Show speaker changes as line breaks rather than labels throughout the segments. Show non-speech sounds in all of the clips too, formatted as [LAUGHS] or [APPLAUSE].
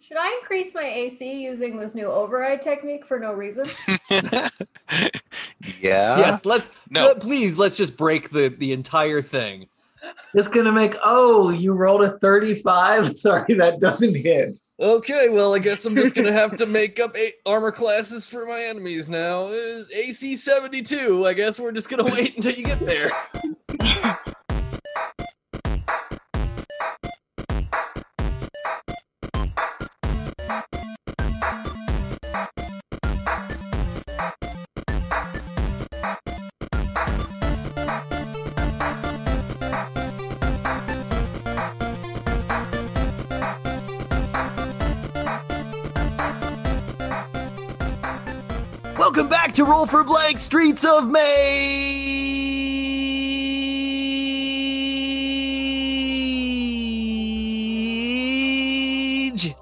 Should I increase my AC using this new override technique for no
[LAUGHS]
reason?
yeah.
yes, let's
No.
let- please let's just break the the entire thing.
Just gonna make. Oh, you rolled a thirty-five. [LAUGHS] Sorry, that doesn't hit.
Okay, well, I guess I'm just gonna have [LAUGHS] to make up eight armor classes for my enemies now. It's AC 72. I guess we're just gonna wait until you get there. Welcome back to Roll for Blank Streets of Mage.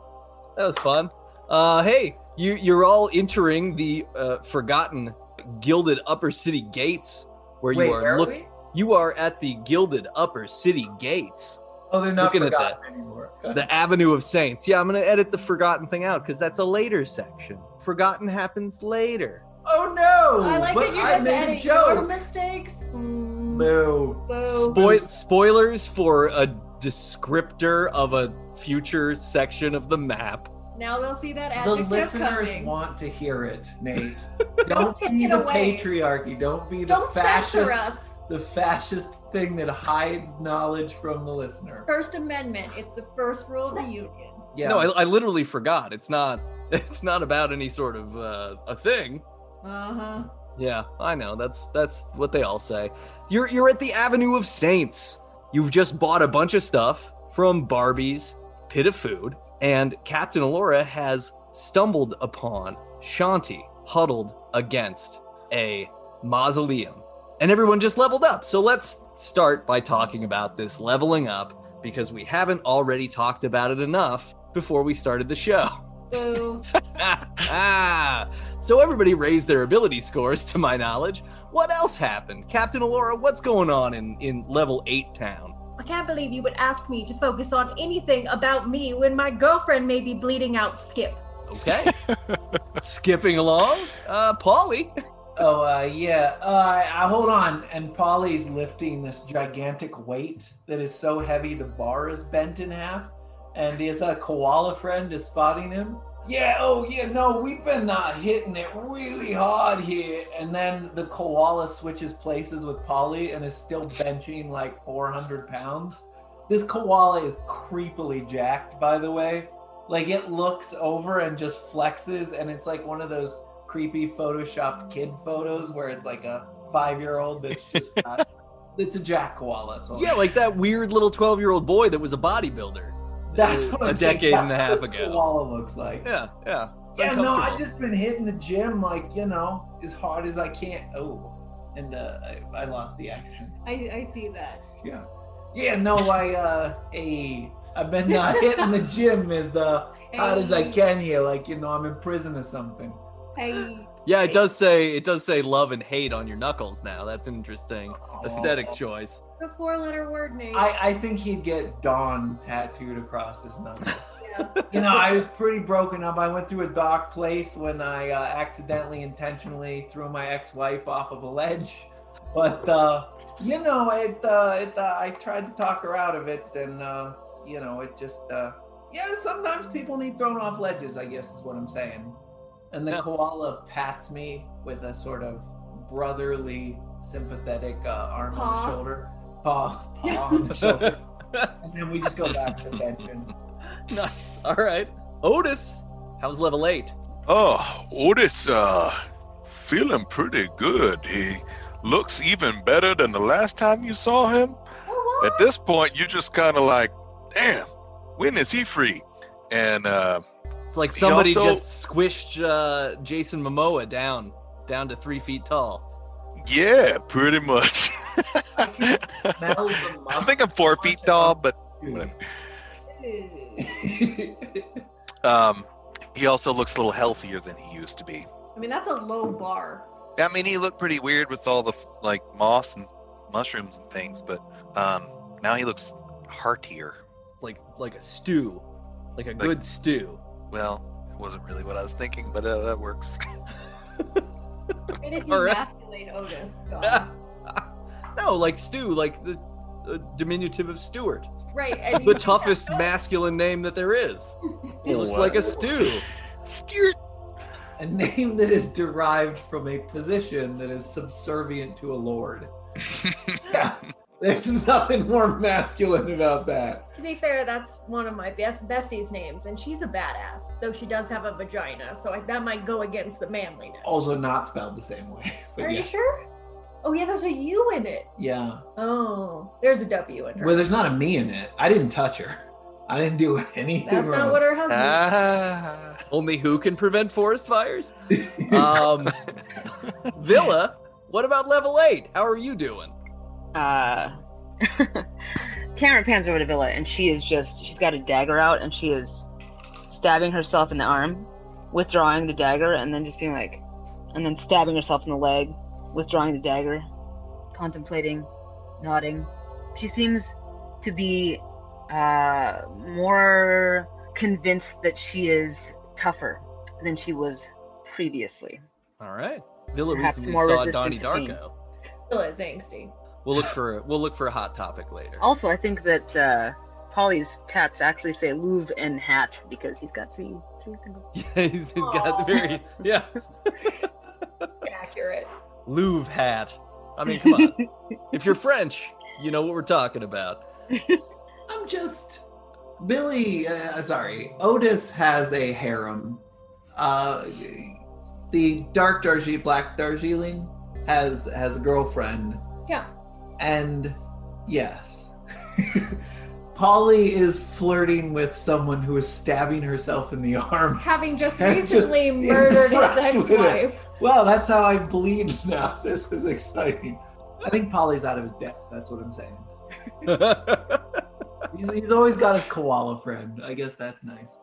That was fun. Uh, hey, you you're all entering the uh, forgotten gilded upper city gates where
Wait,
you are
where are
look
we?
you are at the gilded upper city gates
Oh, they're not
Looking at
forgotten anymore.
the Avenue of Saints. Yeah, I'm gonna edit the Forgotten thing out because that's a later section. Forgotten happens later.
Oh no!
I like
but
that you
I
just
made a
added your
joke.
mistakes. Mm,
Boo.
boo.
Spoil spoilers for a descriptor of a future section of the map.
Now they'll see that
The
adjective
listeners
coming.
want to hear it, Nate.
[LAUGHS]
Don't
Take
be
it
the
away.
patriarchy. Don't be the
Don't censor
fascist.
us.
The fascist thing that hides knowledge from the listener.
First Amendment. It's the first rule of the union.
Yeah.
No, I, I literally forgot. It's not. [LAUGHS] It's not about any sort of uh, a thing.
Uh huh.
Yeah, I know. That's that's what they all say. You're you're at the Avenue of Saints. You've just bought a bunch of stuff from Barbie's Pit of Food, and Captain Alora has stumbled upon Shanti huddled against a mausoleum. And everyone just leveled up. So let's start by talking about this leveling up because we haven't already talked about it enough before we started the show.
Boo.
ah, [LAUGHS] so everybody raised their ability scores, to my knowledge. What else happened, Captain Alora? What's going on in in level eight town?
I can't believe you would ask me to focus on anything about me when my girlfriend may be bleeding out. Skip.
Okay, skipping along, uh, Polly.
Oh uh, yeah. Uh, I- hold on. And Polly's lifting this gigantic weight that is so heavy the bar is bent in half. And his uh, koala friend is spotting him. Yeah. Oh yeah. No, we've been not hitting it really hard here. And then the koala switches places with Polly and is still benching like 400 pounds. This koala is creepily jacked, by the way. Like it looks over and just flexes, and it's like one of those creepy photoshopped kid photos where it's like a five year old
[LAUGHS]
that's just not, it's a jack koala. It's all-
Yeah, like that weird little twelve year old boy that was a bodybuilder.
that's what
a
I'm saying.
decade and
That's
a
what
half
this
ago.
Koala looks like.
Yeah, yeah. It's
yeah, no, I
uncomfortable.
just been hitting the gym like you know as hard as I can. Oh, and uh, I, I lost the accent.
I, I see that.
Yeah, yeah, no, I uh, hey, I've been not hitting the gym as uh, hard as I
Hey,
can here. Like you know, I'm in prison or something.
Hey.
yeah. It does say it does say love and hate on your knuckles now. That's an interesting aesthetic
Aw.
choice.
[LAUGHS]
The four letter word name.
I, I think he'd get Dawn tattooed across his numbers.
yeah.
you know, I was pretty broken up. I went through a dark place when I uh, accidentally, intentionally threw my ex-wife off of a ledge. But uh, you know, it, uh, it uh, I tried to talk her out of it, and uh, you know, it just uh, yeah. Sometimes people need thrown off ledges. I guess is what I'm saying. And the
Yeah.
koala pats me with a sort of brotherly, sympathetic uh, arm on
Paw.
the shoulder, paw, paw on
[LAUGHS]
the shoulder, and then we just go back to benching.
nice. All right, Otis. How's level eight?
Oh, Otis, uh, feeling pretty good. He looks even better than the last time you saw him.
Oh,
At
what?
this point, you're just kind of like, damn, when is he free? And uh,
It's like
He
somebody
also-
just squished uh, Jason Momoa down, down to three feet tall.
yeah, pretty much. [LAUGHS]
I can smell the
I think I'm four feet tall, but
Ew.
um, he also looks a little healthier than he used to be.
I mean, that's a low bar.
I mean, he looked pretty weird with all the like moss and mushrooms and things, but um, now he looks heartier.
It's like like a stew, [LAUGHS] like a good stew.
Well, it wasn't really what I was thinking, but uh, that works. [LAUGHS]
Way to
All right.
demasculate
[LAUGHS]
Otis. God.
no, like Stu, like the uh, diminutive of Stuart,
right. And you
the
[LAUGHS]
think
toughest
that's-
masculine name that there is. He looks
Wow.
like a stew.
Stuart.
[LAUGHS] A name that is derived from a position that is subservient to
[LAUGHS]
a lord. Yeah, there's nothing more masculine about that.
To be fair, that's one of my best besties' names, and she's a badass, though she does have a vagina, so I, that might go against the manliness.
Also, not spelled the same way.
Are
But
you
yeah.
sure? Oh yeah, there's a U in it.
yeah.
Oh, there's a W in her.
Well, there's not a me in it. I didn't touch her. I didn't do [LAUGHS] anything
that's
wrong.
not what her husband.
ah.
Only who can prevent
[LAUGHS]
forest fires? Um, Villa, what about level eight? How are you doing?
Uh, [LAUGHS] Karen pans over to Villa, and she is just she's got a dagger out, and she is stabbing herself in the arm, withdrawing the dagger, and then just being like, and then stabbing herself in the leg, withdrawing the dagger, contemplating, nodding. She seems to be uh, more convinced that she is tougher than she was previously.
All right. Villa
Perhaps
recently
more
saw
resistant
Donnie
to pain.
Darko.
Villa is angsty.
We'll look for we'll look for a hot topic later.
Also, I think that uh, Polly's tats actually say Louvre and hat because he's got three three things.
[LAUGHS] Yeah, he's he's got the
Aw.
very yeah
Accurate.
Louvre hat. I mean, come
[LAUGHS]
on. if you're French, you know what we're talking about. [LAUGHS]
I'm just Billy. Uh, sorry, Otis has a harem. Uh, the dark Darjeeling, black Darjeeling, has has a girlfriend.
Yeah.
And yes, [LAUGHS] Polly is flirting with someone who is stabbing herself in the arm.
Having just
I'm [LAUGHS] just
recently murdered his
impressed with it.
ex-wife.
Wow, that's how I bleed [LAUGHS] now. This is exciting. I think Polly's out of his depth. That's what I'm saying. He's, he's always got his koala friend. I guess that's nice.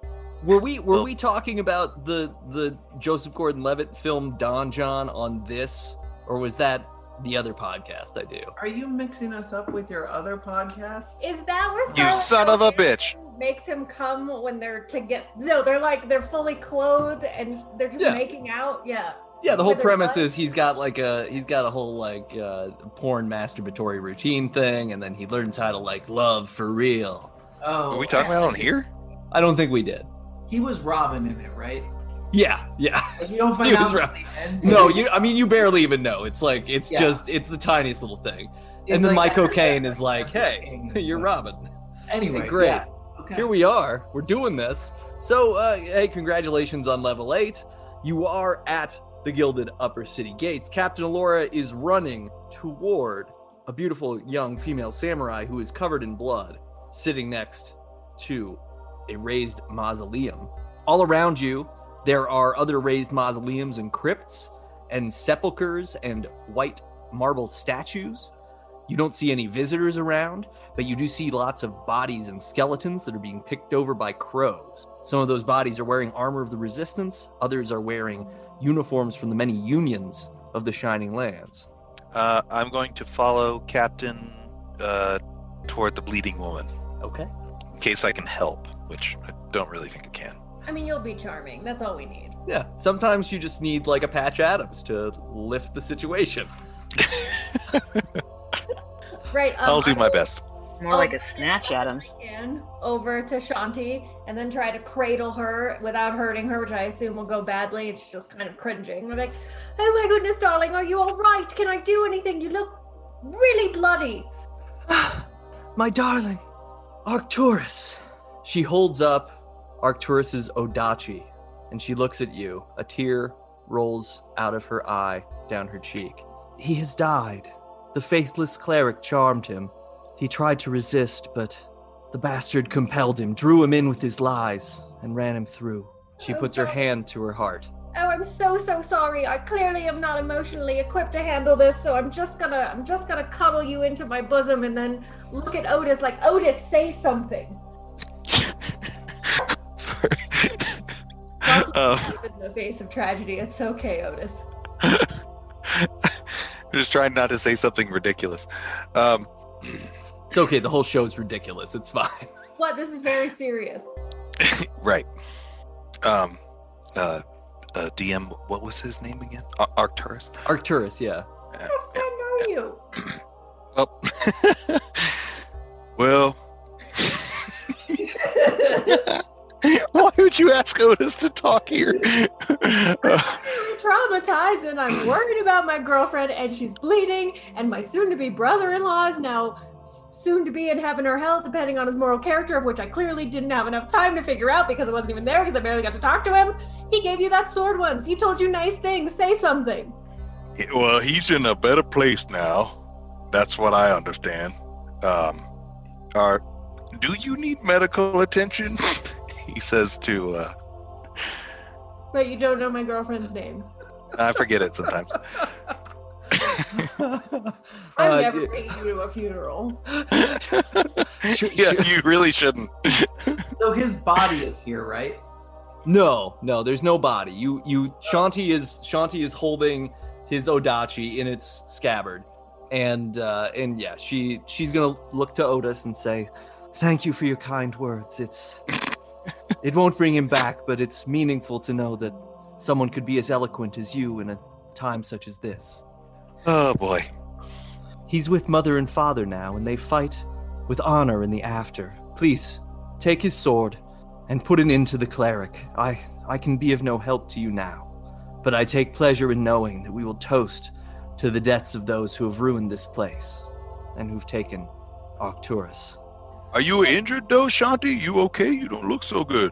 were we were
Well-
we talking about the the Joseph Gordon-Levitt film Don John on this, or was that the other podcast I do?
Are you mixing us up with your other podcast?
Is that where
You
Scarlett
son of a bitch.
Johansson makes him come when they're to get? No, they're like they're fully clothed and they're just
Yeah.
making out. Yeah.
Yeah, the whole
Whether
premise
what?
is he's got like a he's got a whole like uh, porn masturbatory routine thing, and then he learns how to like love for real.
Oh,
Are we talking about it on here?
I don't think we did.
He was Robin in it, right?
Yeah, yeah.
You don't
He
find
was
out
Rob-
until the end.
No, you. I mean, you barely even know. It's like it's
Yeah.
just it's the tiniest little thing. [LAUGHS]
[LAUGHS] It's
and then
like-
my cocaine is like, hey,
Cocaine.
[LAUGHS] you're Robin.
Anyway,
Great.
yeah, Okay.
Here we are. We're doing this. So, uh, hey, congratulations on level eight. You are at the Gilded Upper City Gates. Captain Alora is running toward a beautiful young female samurai who is covered in blood, sitting next to a raised mausoleum. All around you, there are other raised mausoleums and crypts and sepulchres and white marble statues. You don't see any visitors around but you do see lots of bodies and skeletons that are being picked over by crows. Some of those bodies are wearing armor of the resistance, others are wearing uniforms from the many unions of the Shining Lands.
Uh, I'm going to follow Captain uh, toward the bleeding woman
Okay.
in case I can help, which I don't really think I can.
I mean, you'll be charming. That's all we need.
Yeah. Sometimes you just need like a Patch Adams to lift the situation.
Right. um,
I'll do
I
my
will-
best. [LAUGHS]
More like a snatch Adams.
can over to Shanti and then try to cradle her without hurting her, which I assume will go badly. And she's just kind of cringing. I'm like, oh my goodness, darling, are you all right? Can I do anything? You look really bloody.
[SIGHS] My darling, Arcturus. She holds up Arcturus's Odachi and she looks at you. A tear rolls out of her eye down her cheek. He has died. The faithless cleric charmed him. He tried to resist, but the bastard compelled him, drew him in with his lies, and ran him through. She puts her hand to her heart.
Oh, I'm so so sorry. I clearly am not emotionally equipped to handle this, so I'm just gonna I'm just gonna cuddle you into my bosom and then look at Otis like Otis, say something.
Sorry.
Lots
[LAUGHS] Um,
of in the face of tragedy. It's okay, Otis.
I'm just trying not to say something ridiculous. Um, [CLEARS THROAT]
It's okay, the whole show's ridiculous. It's fine.
What? This is very serious.
right. um, uh, uh, DM, what was his name again? Ar- Arcturus.
[LAUGHS]
[LAUGHS]
Arcturus, yeah.
How friend are you?
Well, well, [LAUGHS] why would you ask Otis to talk here? [LAUGHS] Uh,
Traumatized, and I'm worried about my girlfriend, and she's bleeding, and my soon-to-be brother-in-law is now soon-to-be in heaven or hell, depending on his moral character, of which I clearly didn't have enough time to figure out because I wasn't even there because I barely got to talk to him. He gave you that sword once. He told you nice things. Say something.
well, he's in a better place now. That's what I understand. Um, are, do you need medical attention? [LAUGHS] he says to, uh,
But you don't know my girlfriend's name.
I forget it sometimes. [LAUGHS]
I'm
Uh,
never taking you to a funeral.
sh-
yeah,
sh-
you really shouldn't.
so his body is here, right?
No, no, there's no body. You you Shanti is Shanti is holding his Odachi in its scabbard. And uh and yeah, she she's gonna look to Otis and say, Thank you for your kind words. It's it won't bring him back, but it's meaningful to know that someone could be as eloquent as you in a time such as this.
Oh boy.
He's with mother and father now, and they fight with honor in the after. Please, take his sword and put an end to the cleric. I, I can be of no help to you now, but I take pleasure in knowing that we will toast to the deaths of those who have ruined this place and who've taken Arcturus.
Are you injured though, Shanti? You okay? You don't look so good.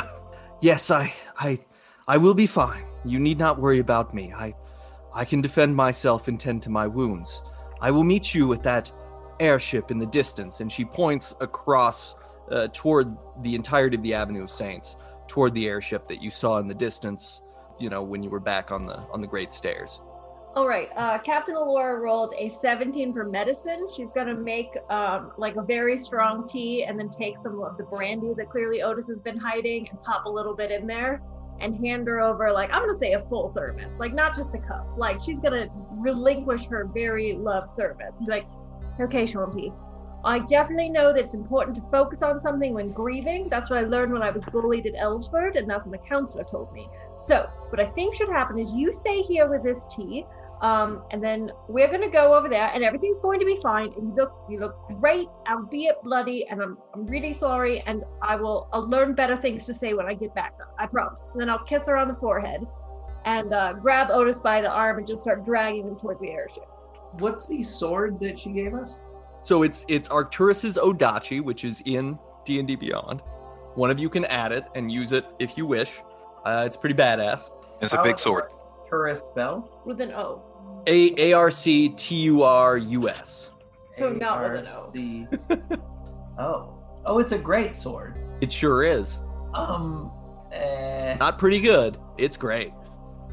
[LAUGHS] yes, I, I, I will be fine. You need not worry about me. I, I can defend myself and tend to my wounds. I will meet you at that airship in the distance. And she points across uh, toward the entirety of the Avenue of Saints, toward the airship that you saw in the distance. You know, when you were back on the on the Great Stairs.
All right, uh, Captain Alora rolled a 17 for medicine. She's gonna make um, like a very strong tea and then take some of the brandy that clearly Otis has been hiding and pop a little bit in there and hand her over like I'm gonna say a full thermos, like not just a cup. Like she's gonna relinquish her very loved thermos. And be like, okay, Shanti, I definitely know that it's important to focus on something when grieving. That's what I learned when I was bullied at Ellsford, and that's what my counselor told me. So, what I think should happen is you stay here with this tea. Um, and then we're gonna go over there, and everything's going to be fine. And you look, you look great, albeit bloody. And I'm, I'm really sorry. And I will, I'll learn better things to say when I get back. I promise. And then I'll kiss her on the forehead, and uh, grab Otis by the arm and just start dragging him towards the airship.
What's the sword that she gave us?
So it's it's Arcturus's Odachi, which is in D and D Beyond. One of you can add it and use it if you wish. Uh, it's pretty badass.
It's a big sword.
Tourist spell.
With an O.
A A R C T U R U S.
So not with an O.
[LAUGHS]
A-R-C. oh, oh, it's a great sword.
It sure is.
Um, eh,
Not pretty good. It's great.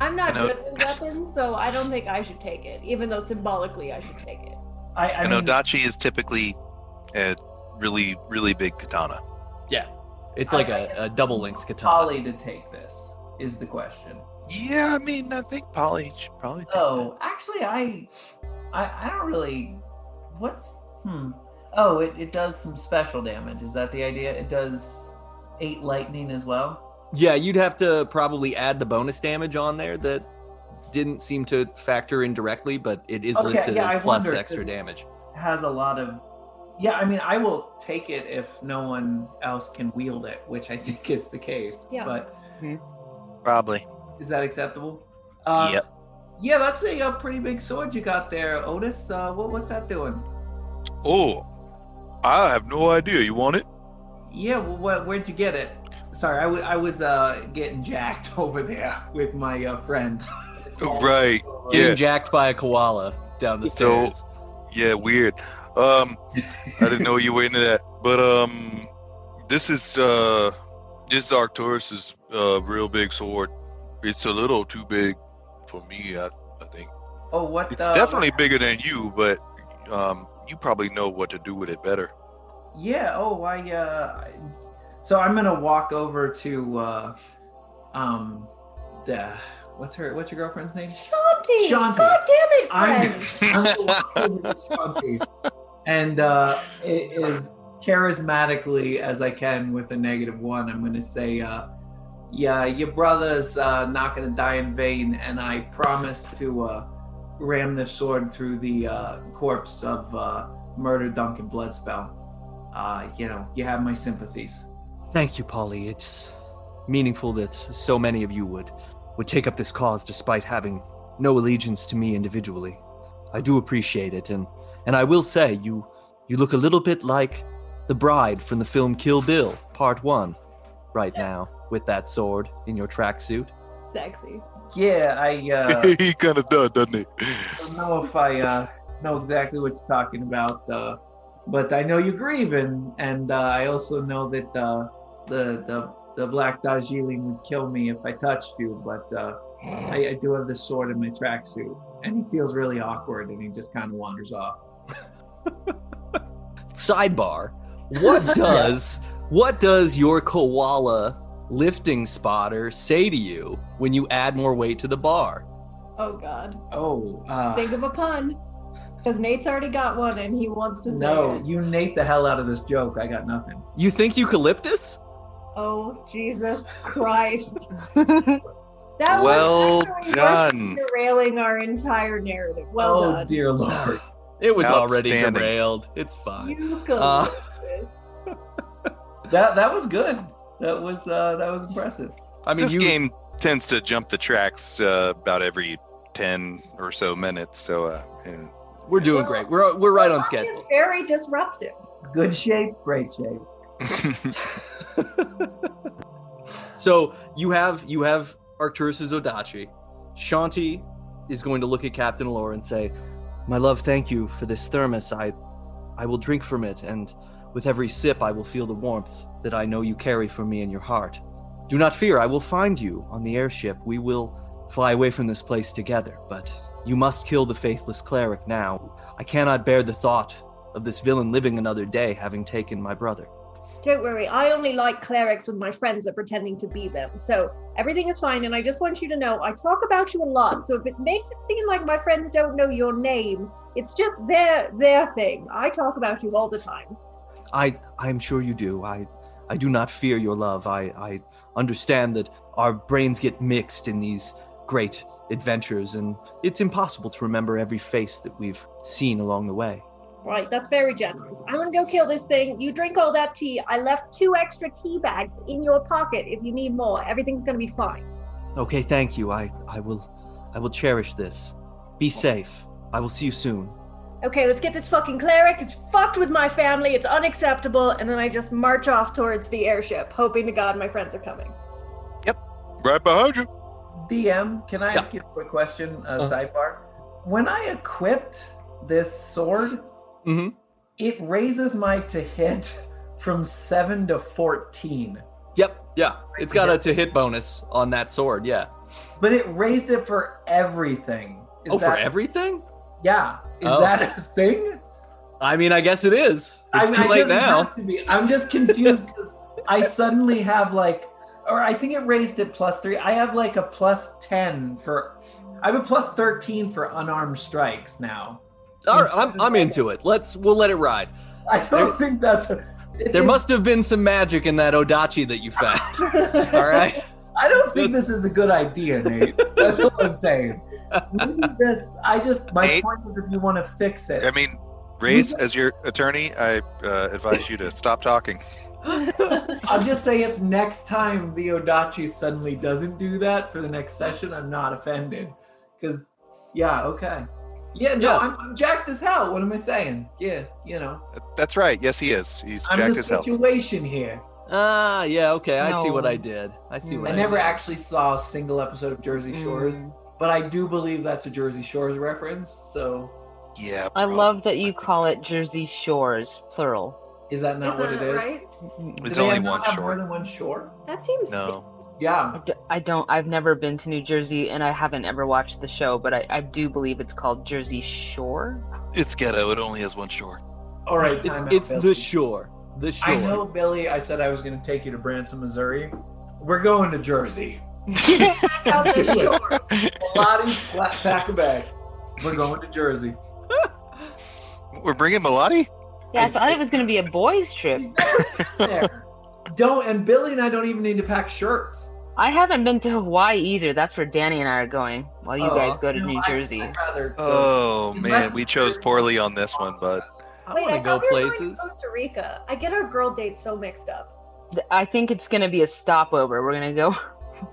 I'm not
And O-
good with weapons, so I don't think I should take it, even though symbolically I should take it.
I, I
and
mean,
Odachi is typically a really, really big katana.
It's like a, a double length katana.
Polly to take this is the question.
Yeah, I mean, I think Polly should probably. take
Oh, actually, I, I, I don't really. What's hmm? Oh, it, it does some special damage. Is that the idea? It does eight lightning as well.
Yeah, you'd have to probably add the bonus damage on there that didn't seem to factor in directly, but it is
Okay,
listed
yeah,
as
I
plus
wondered.
extra damage.
Has a lot of. Yeah, I mean, I will take it if no one else can wield it, which I [LAUGHS] think is the case.
Yeah.
But
that. probably.
is that acceptable? Uh,
Yep.
Yeah, that's a, uh, pretty big sword you got there, Otis. Uh, what, what's that doing?
Oh, I have no idea. You want it?
Yeah, well, what, where'd you get it? Sorry, I, w- I was uh, getting jacked [LAUGHS] over there with my uh,
[LAUGHS]
friend.
Right.
Getting
Yeah.
jacked by a koala down the
So-
stairs.
Yeah. Weird. Um, I didn't know you were into that. But um, this is uh, this is Arcturus's uh, real big sword. It's a little too big for me. I, I think
Oh, what?
it's
uh,
definitely bigger than you, but um, you probably know what to do with it better.
Yeah. Oh, I. Uh, so I'm gonna walk over to, uh, um, the what's her what's your girlfriend's name?
Shanti!
Shanti.
God damn it,
I'm,
friends!
I'm gonna walk over to Shanti [LAUGHS] and uh, it is charismatically as I can with a negative one. I'm gonna say, uh, Yeah, your brother's uh, not going to die in vain, and I promise to uh, ram this sword through the uh, corpse of uh, Murder Duncan Bloodspell. Uh, you know, you have my sympathies.
Thank you, Polly. It's meaningful that so many of you would would take up this cause despite having no allegiance to me individually. I do appreciate it and and I will say you you look a little bit like the bride from the film Kill Bill Part 1 right now with that sword in your tracksuit.
Sexy.
Yeah, I uh,
[LAUGHS] he kind of does, doesn't he?
don't know if I uh, know exactly what you're talking about, uh, but I know you're grieving, and uh, I also know that uh, the the the black Darjeeling would kill me if I touched you. But uh, I, I do have this sword in my tracksuit, and he feels really awkward, and he just kind of wanders off.
Sidebar: What does what does your koala lifting spotter say to you when you add more weight to the bar?
Oh God.
Oh uh,
Think of a pun. Because Nate's already got one and he wants to say
no!
it.
You nate the hell out of this joke. I got nothing.
You think eucalyptus?
Oh Jesus [LAUGHS] Christ. That
Well
was actually worth
done.
derailing our entire narrative. Well
oh
done.
dear lord!
It was already
Outstanding.
derailed. It's fine.
You
Uh,
that that was good. That was uh, that was impressive.
I mean,
this
you,
game tends to jump the tracks uh, about every 10 or so minutes. So, uh, yeah. [LAUGHS]
we're doing great. We're we're right on schedule.
Very disruptive.
Good shape, great shape.
So you have you have Arcturus's Odachi. Shanti is going to look at Captain Alora and say, "My love, thank you for this thermos. I, I will drink from it, and with every sip, I will feel the warmth that I know you carry for me in your heart. Do not fear. I will find you on the airship. We will fly away from this place together. But you must kill the faithless cleric now. I cannot bear the thought of this villain living another day, having taken my brother."
Don't worry, I only like clerics when my friends are pretending to be them. So everything is fine. And I just want you to know I talk about you a lot. So if it makes it seem like my friends don't know your name, it's just their their thing. I talk about you all the time.
I I am sure you do. I I do not fear your love. I I understand that our brains get mixed in these great adventures and it's impossible to remember every face that we've seen along the way.
Right, that's very generous. I'm gonna go kill this thing. You drink all that tea. I left two extra tea bags in your pocket if you need more. Everything's gonna be fine.
Okay, thank you. I I will I will cherish this. Be safe. I will see you soon.
Okay, let's get this fucking cleric. It's fucked with my family. It's unacceptable. And then I just march off towards the airship, hoping to God my friends are coming.
right behind you.
DM, can I
Yeah.
ask you a quick question? A
Uh.
sidebar. When I equipped this sword,
Mhm.
it raises my to hit from seven to fourteen,
Yep. Yeah. It's got a to hit bonus on that sword. Yeah.
but it raised it for everything. Is
oh, for
that-
everything?
Yeah. Is
Oh.
that a thing?
I mean, I guess it is. It's
mean,
too
I
late
guess it
now.
has to be. I'm just confused because I suddenly have like, or I think it raised it plus three. I have like a plus ten for. I have a plus thirteen for unarmed strikes now.
All right, I'm I'm into it. Let's we'll let it ride.
I don't think that's. A, it-
There
it-
must have been some magic in that Odachi that you found.
[LAUGHS]
All right.
I don't think this is a good idea, Nate. That's all I'm saying. Maybe this. I just. My
Nate?
point is, if you want to fix it,
I mean, Ray's, as your attorney, I uh, advise you to stop talking.
I'll just say if next time the Odachi suddenly doesn't do that for the next session, I'm not offended. Because, yeah, okay. Yeah, no,
Yeah.
I'm, I'm jacked as hell. What am I saying? Yeah, you know,
That's right. Yes, he is. He's
I'm
jacked
the
as hell.
situation here.
Ah, yeah, okay. I see what
No.
I did. I see what
I
I,
never
did.
actually saw a single episode of Jersey Shores,
Mm.
but I do believe that's a Jersey Shores reference. So,
Yeah.
I
bro.
love that you call it Jersey Shores, plural.
is that
Isn't
not what it
that
is?
right?
I
There's
Do they
only
have- not
one
have more
short.
than one shore?
That seems
No.
Yeah.
d- I don't. I've never been to New Jersey, and I haven't ever watched the show, but I, I do believe it's called Jersey Shore.
It's ghetto. It only has one short.
All right.
It's
time out,
it's
Billy.
the shore. The shore.
I know, Billy, I said I was going to take you to Branson, Missouri. We're going to Jersey.
South of Shores.
[LAUGHS]
Lottie, flat pack a bag. We're going to Jersey.
[LAUGHS] We're bringing Melody?
Yeah, I thought it was going to be a boys'
[LAUGHS]
trip.
He's never been there. Don't and Billy and I don't even need to pack shirts.
I haven't been to Hawaii either. That's where Danny and I are going while you
Oh,
guys go to
no,
New
I-
Jersey.
I'd rather go-
Oh man,
Unless-
we chose poorly on this one, bud.
I
Wait,
want to
thought
go
we were going to
places.
Costa Rica. I get our girl dates so mixed up.
Th- I think it's gonna be a stopover. We're gonna go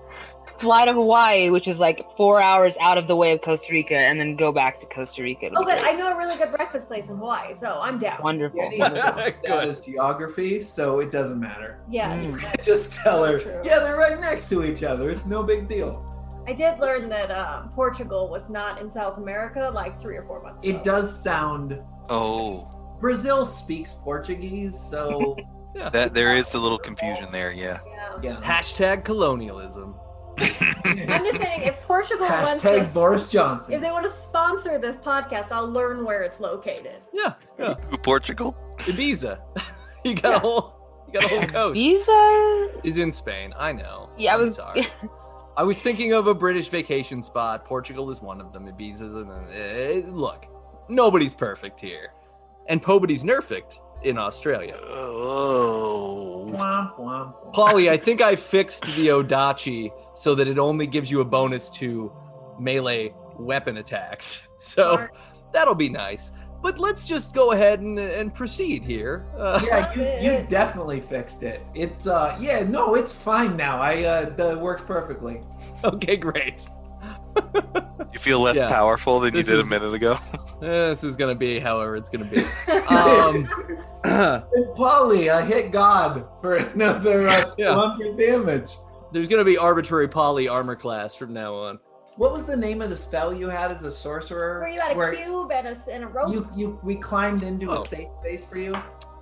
[LAUGHS] fly to Hawaii, which is like four hours out of the way of Costa Rica, and then go back to Costa Rica. It'll
Oh,
be
good.
great.
I know a really good breakfast place in Hawaii, so I'm down.
Wonderful.
[LAUGHS]
Danny knows that is geography, so it doesn't matter.
Yeah.
Mm.
Just tell
So
her,
true.
yeah, they're right next to each other. It's no big deal.
I did learn that uh, Portugal was not in South America like three or four months ago.
It does sound.
Oh,
Brazil speaks Portuguese, so
that there is a little confusion there. Yeah.
Yeah.
yeah.
Hashtag colonialism.
I'm just saying, if
[LAUGHS]
Portugal wants to,
Hashtag Boris
if
Johnson.
they want to sponsor this podcast, I'll learn where it's located.
Yeah, yeah.
Portugal.
Ibiza. [LAUGHS] you got
Yeah.
a whole, you got a
[LAUGHS]
whole coast.
Visa.
is in Spain. I know.
Yeah, I
I'm
was-
[LAUGHS]
sorry. I was thinking of a British vacation spot. Portugal is one of them. Ibiza is another. eh, Look, nobody's perfect here, and nobody's nerfect in Australia.
Oh.
Womp, womp, womp.
Polly, I think I fixed the Odachi so that it only gives you a bonus to melee weapon attacks. [LAUGHS] So that'll be nice. But let's just go ahead and, and proceed here. Uh, [LAUGHS]
Yeah, you, you definitely fixed it. It's uh yeah, no, it's fine now. I uh the works perfectly.
okay, great.
You feel less
Yeah.
powerful than
This
you did
is-
a minute ago.
This is gonna be however it's gonna be. Um, [CLEARS THROAT]
And Polly, Oh, I hit God for [LAUGHS] another uh,
[LAUGHS] Yeah.
200 damage.
There's gonna be arbitrary poly armor class from now on.
What was the name of the spell you had as a sorcerer?
Were you at a
Where
cube and a, s- and a rope?
You you we climbed into
Oh.
a safe space for you.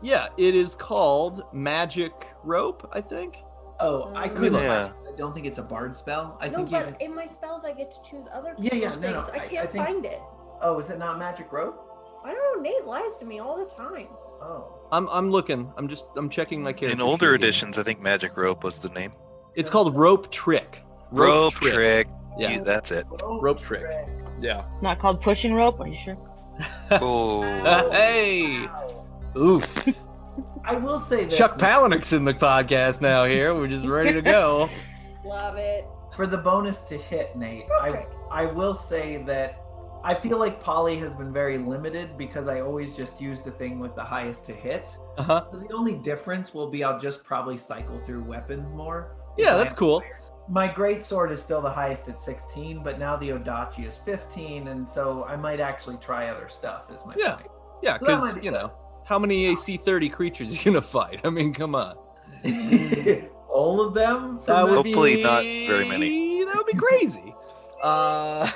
Yeah, it is called magic rope, I think.
Oh, I
Mm.
could.
Yeah.
I don't think it's a bard spell. I
no,
think
but
you.
in my spells, I get to choose other
Yeah,
people's
yeah, no, no,
things.
I-
I
I
can't
think-
find it.
Oh, is it not magic rope?
I don't know. Nate lies to me all the time.
Oh,
I'm I'm looking. I'm just I'm checking my character.
In older
sheet.
editions, I think Magic Rope was the name.
It's called rope trick.
Rope, trick.
Yeah.
You- that's
[LAUGHS]
it.
Rope trick. Yeah.
Not called pushing rope. Are you sure?
Oh.
Wow.
hey.
Wow.
Oof.
I will say this
Chuck Palahniuk's in the podcast now. Here, we're just ready to go.
Love it.
for the bonus to hit, Nate.
Rope
I
trick.
I will say that I feel like Polly has been very limited because I always just use the thing with the highest to hit.
Uh huh.
So the only difference will be I'll just probably cycle through weapons more. if
Yeah,
I
that's
am
cool.
my great sword is still the highest at 16 but now the odachi is 15 and so i might actually try other stuff is my
Yeah.
point [LAUGHS]
Yeah,
So that
because
might be
you know how many AC thirty creatures you gonna fight? I mean, come on.
all of them
That would
Hopefully
be,
not very many.
That would be crazy. uh,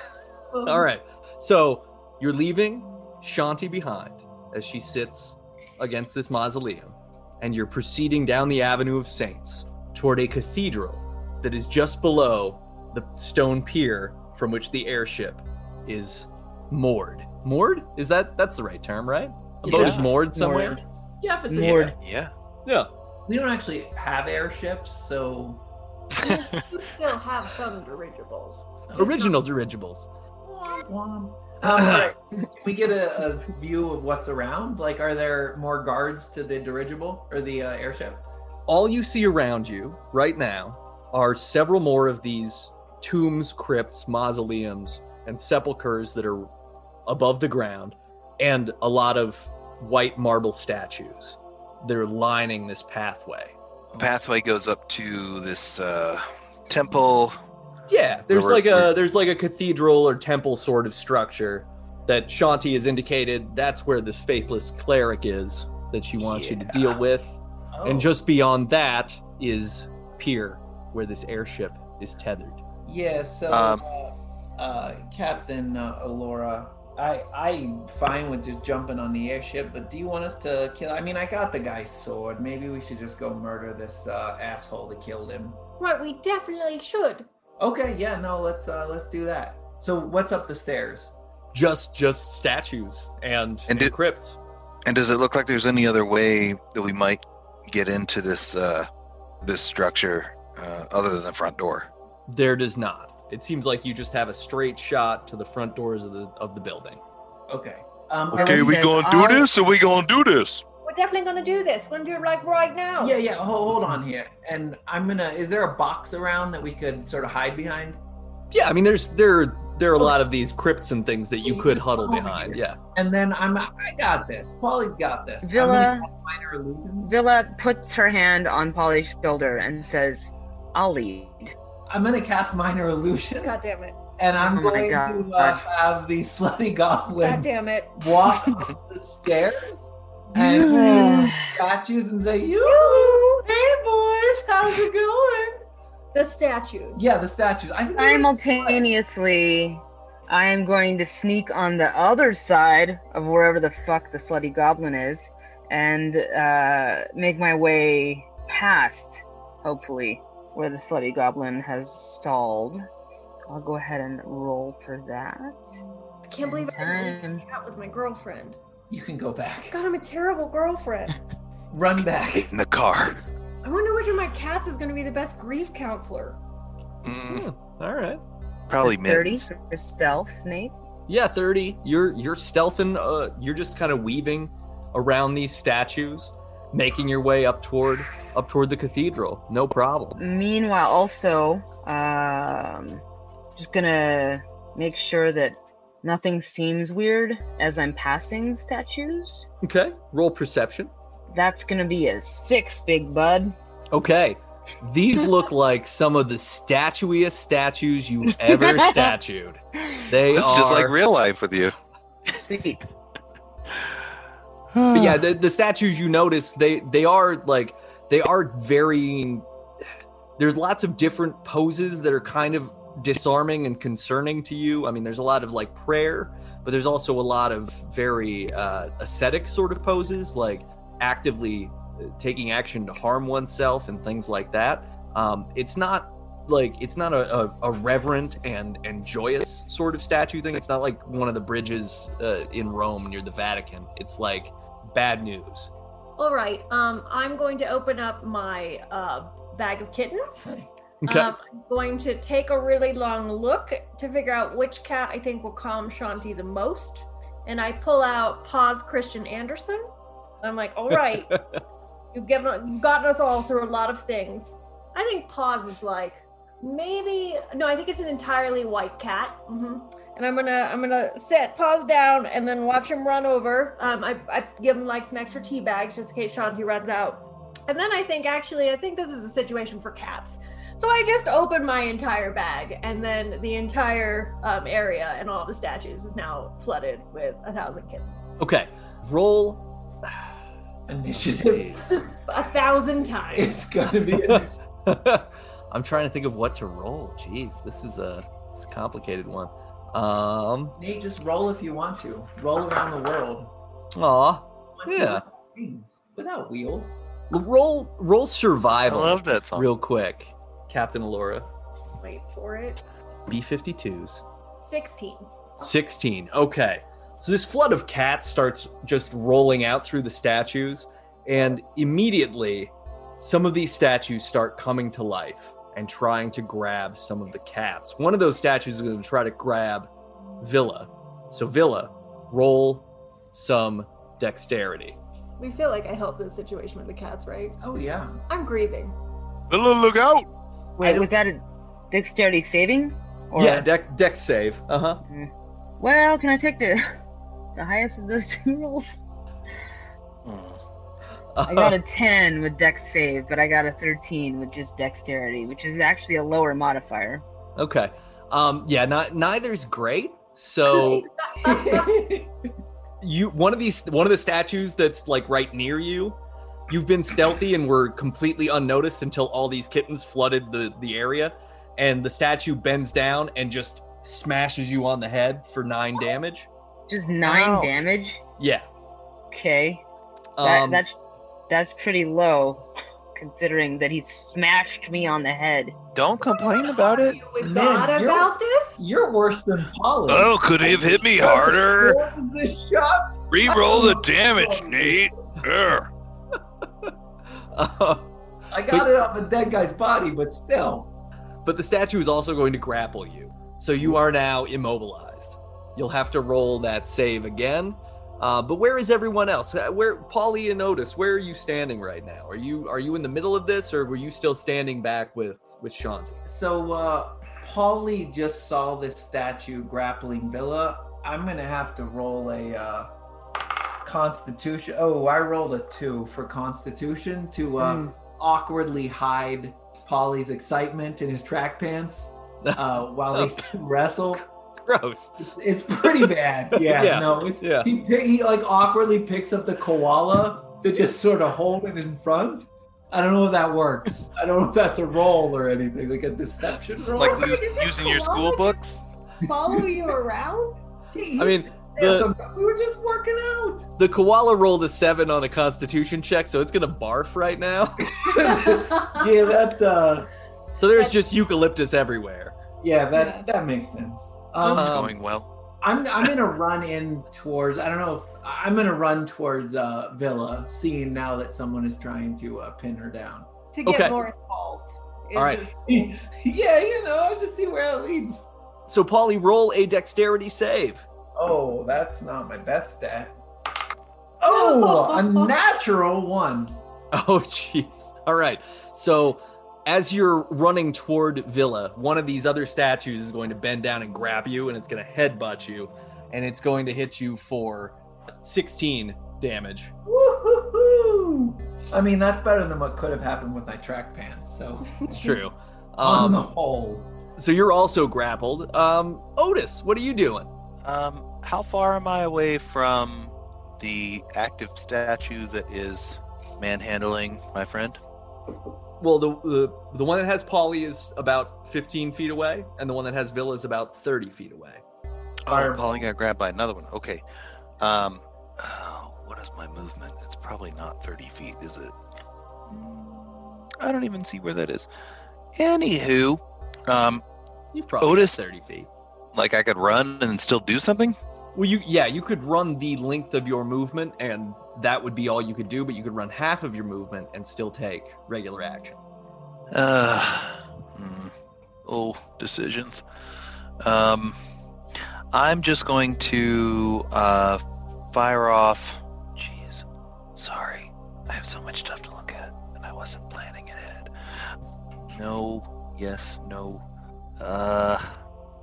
all right. So you're leaving Shanti behind as she sits against this mausoleum, and you're proceeding down the Avenue of Saints toward a cathedral that is just below the stone pier from which the airship is moored. Moored? Is that that's the right term, right? A boat is
Yeah.
moored somewhere.
yeah if it's a
Lord.
ship.
Yeah.
Yeah.
we don't actually have airships so
You still have some
[LAUGHS]
dirigibles.
Original dirigibles.
Womp, womp. um, all right. can we get a, a view of what's around like are there more guards to the dirigible or the uh, airship
all you see around you right now are several more of these tombs, crypts, mausoleums, and sepulchres that are above the ground, and a lot of white marble statues. They're lining this pathway.
Pathway goes up to this uh, temple.
Yeah, there's
Where
like
we're-
a there's like a cathedral or temple sort of structure that Shanti has indicated. That's where the faithless cleric is that she wants you to deal with.
oh.
And just beyond that is pier where this airship is tethered.
Yeah, so
Um,
uh, uh, Captain uh, Alora, I I'm fine with just jumping on the airship, but do you want us to kill? I mean, I got the guy's sword. Maybe we should just go murder this uh, asshole that killed him.
Right, we definitely should.
Okay, yeah, no, let's uh, let's do that. So what's up the stairs?
just just statues and,
And
and,
did-
crypts.
And does it look like there's any other way that we might get into this uh, this structure uh, other than the front door?
There does not. It seems like you just have a straight shot to the front doors of the of the building.
Okay. Um,
Okay,
are we,
we- says, gonna do "I-
this or we gonna do this?
What We're definitely gonna do this. We're gonna do it like right now.
Yeah, yeah. Hold, hold on here. And I'm gonna. Is there a box around that we could sort of hide behind?
Yeah, I mean, there's there there are a lot of these crypts and things that you could huddle behind. Yeah,
And then I'm. I got this. Polly's got this. I'm gonna
[LAUGHS] Villa-
call minor illusion.
Villa puts her hand on Polly's shoulder and says, I'll lead.
I'm gonna cast minor illusion,
God damn it.
and I'm
Oh my
going
God.
to uh, have the slutty
God
goblin
damn it.
walk up the stairs
[SIGHS]
and statues and say, "You, hey boys, how's it going?"
The statue.
Yeah, the statues. I think they-
Simultaneously, I am going to sneak on the other side of wherever the fuck the slutty goblin is and uh, make my way past, hopefully, where the slutty goblin has stalled. I'll go ahead and roll for that.
I can't believe I didn't
Time.
leave the cat with my girlfriend.
you can go back.
God, I'm a terrible girlfriend.
Run back.
Get in the car.
I wonder which of my cats is gonna be the best grief counselor.
Mm,
all right.
probably
Thirty
men.
for stealth, Nate.
Yeah, 30. You're you're stealthing uh you're just kind of weaving around these statues, making your way up toward up toward the cathedral. No problem.
Meanwhile, also, um, just gonna make sure that nothing seems weird as I'm passing statues.
Okay. Roll perception.
That's gonna be a six, big
[LAUGHS]
bud.
Okay. These look like some of the statuiest statues you ever statued. They
It's
are
just like real life with you.
Sweet.
[SIGHS] But
Ah.
yeah, the, the statues you notice, they they are like they are varying. There's lots of different poses that are kind of disarming and concerning to you. I mean, there's a lot of like prayer, but there's also a lot of very uh, ascetic sort of poses, like actively uh, taking action to harm oneself and things like that. Um, it's not like it's not a, a, a reverent and and joyous sort of statue thing. It's not like one of the bridges uh, in Rome near the Vatican. It's like bad news.
All right, um, I'm going to open up my uh, bag of kittens.
Okay.
Um, I'm going to take a really long look to figure out which cat I think will calm Shanti the most. And I pull out Paws Christian Anderson. I'm like, all right, you've, given, you've gotten us all through a lot of things. I think Paws is like maybe no, I think it's an entirely white cat. hmm And I'm gonna I'm gonna sit Paws down and then watch him run over. Um, I, I give him like some extra tea bags just in case Shanti runs out. And then I think actually I think this is a situation for cats. So I just opened my entire bag, and then the entire um, area and all the statues is now flooded with a thousand kittens.
okay. Roll. [LAUGHS]
Initiative.
[LAUGHS] A thousand
[LAUGHS]
times.
It's gonna be.
I'm trying to think of what to roll. Jeez, this is a, it's a complicated one. Um.
Nate, just roll if you want to. Roll around the world.
Aw.
Want to
Yeah.
things Without wheels.
Roll. Roll
I
survival.
love that song.
Real quick, Captain Alora.
Wait for it.
B52s.
16.
16. Okay. So this flood of cats starts just rolling out through the statues, and immediately some of these statues start coming to life and trying to grab some of the cats. One of those statues is going to try to grab Villa. So, Villa, roll some dexterity.
We feel like I helped this situation with the cats, right?
Oh yeah.
I'm grieving.
Villa, look out!
Wait, was that a dexterity saving?
yeah, dec- dex save. Uh huh.
Well, can I take the [LAUGHS] the highest of those two rolls?
Mm.
I
Uh.
got a ten with dex save, but I got a thirteen with just dexterity, which is actually a lower modifier.
[LAUGHS] Okay. Um, yeah, not, neither's great.
[LAUGHS]
So. you one of these one of the statues that's like right near you you've been stealthy and were completely unnoticed until all these kittens flooded the the area and the statue bends down and just smashes you on the head for nine damage
Just nine
Ow.
damage.
yeah
Okay, that,
um, [LAUGHS]
that's that's pretty low, [LAUGHS] considering that he smashed me on the head.
Don't complain about it.
You with
Man,
God
you're-
about
[LAUGHS]
this?
[LAUGHS] You're worse than Polly.
Oh, could it have hit me harder?
What was this shot?
Reroll the damage, Nate. Urgh.
um,
I got
But-
it off a dead guy's body, but still.
but the statue is also going to grapple you so you are now immobilized you'll have to roll that save again Uh, but where is everyone else? Uh, Where, Polly and Otis? Where are you standing right now? Are you are you in the middle of this, or were you still standing back with with Shanti? [LAUGHS]
So, uh, Polly just saw this statue grappling Villa. I'm gonna have to roll a uh, Constitution. Oh, I rolled a two for Constitution to uh, awkwardly hide Polly's excitement in his track pants uh, while they wrestle.
Gross.
It's pretty
[LAUGHS]
bad. Yeah,
Yeah.
no, it's
Yeah.
he pick, he like awkwardly picks up the koala to just sort of hold it in front. I don't know if that works. I don't know if that's a roll or anything, like a deception roll.
Like
Wait, is
us-
this
using your
Columbus?
school books?
Follow you around?
I mean,
Yeah,
the-
sometimes we were just working out.
The koala rolled a seven on a Constitution check, so it's gonna barf right now. [LAUGHS]
Yeah, that uh,
So there's just eucalyptus everywhere.
yeah, that
Yeah.
that makes sense.
That's
Um,
going well.
I'm I'm gonna run in towards I don't know if I'm gonna run towards uh, Villa, seeing now that someone is trying to uh, pin her down.
[LAUGHS]
[LAUGHS]
to get
Okay.
more involved. Is
All right.
this-
yeah, you know, I'll just see where it leads.
So Polly, roll a dexterity save.
Oh, that's not my best stat. Oh, [LAUGHS] a natural one.
[LAUGHS] Oh, jeez. All right. So, as you're running toward Villa, one of these other statues is going to bend down and grab you, and it's going to headbutt you, and it's going to hit you for 16 damage.
Woo-hoo-hoo. I mean, that's better than what could have happened with my track pants. So,
[LAUGHS]
It's true.
on the
Um,
whole,
so you're also grappled. Um, Otis, what are you doing?
Um, how far am I away from the active statue that is manhandling my friend?
Well, the the, the one that has Polly is about 15 feet away, and the one that has Villa is about 30 feet away.
Oh,
Fireball.
Polly got grabbed by another one. Okay. Um, [SIGHS] oh, what is my movement? It's probably not 30 feet, is it? Mm, I don't even see where that is. Anywho, um,
You've probably
Otis-
30 feet.
like I could run and still do something?
Well, you yeah, you could run the length of your movement, and that would be all you could do. But you could run half of your movement and still take regular action.
Uh, hmm. oh, decisions. Um, I'm just going to uh, fire off. Jeez, sorry. I have so much stuff to look at, and I wasn't planning ahead. No, yes, no. Uh,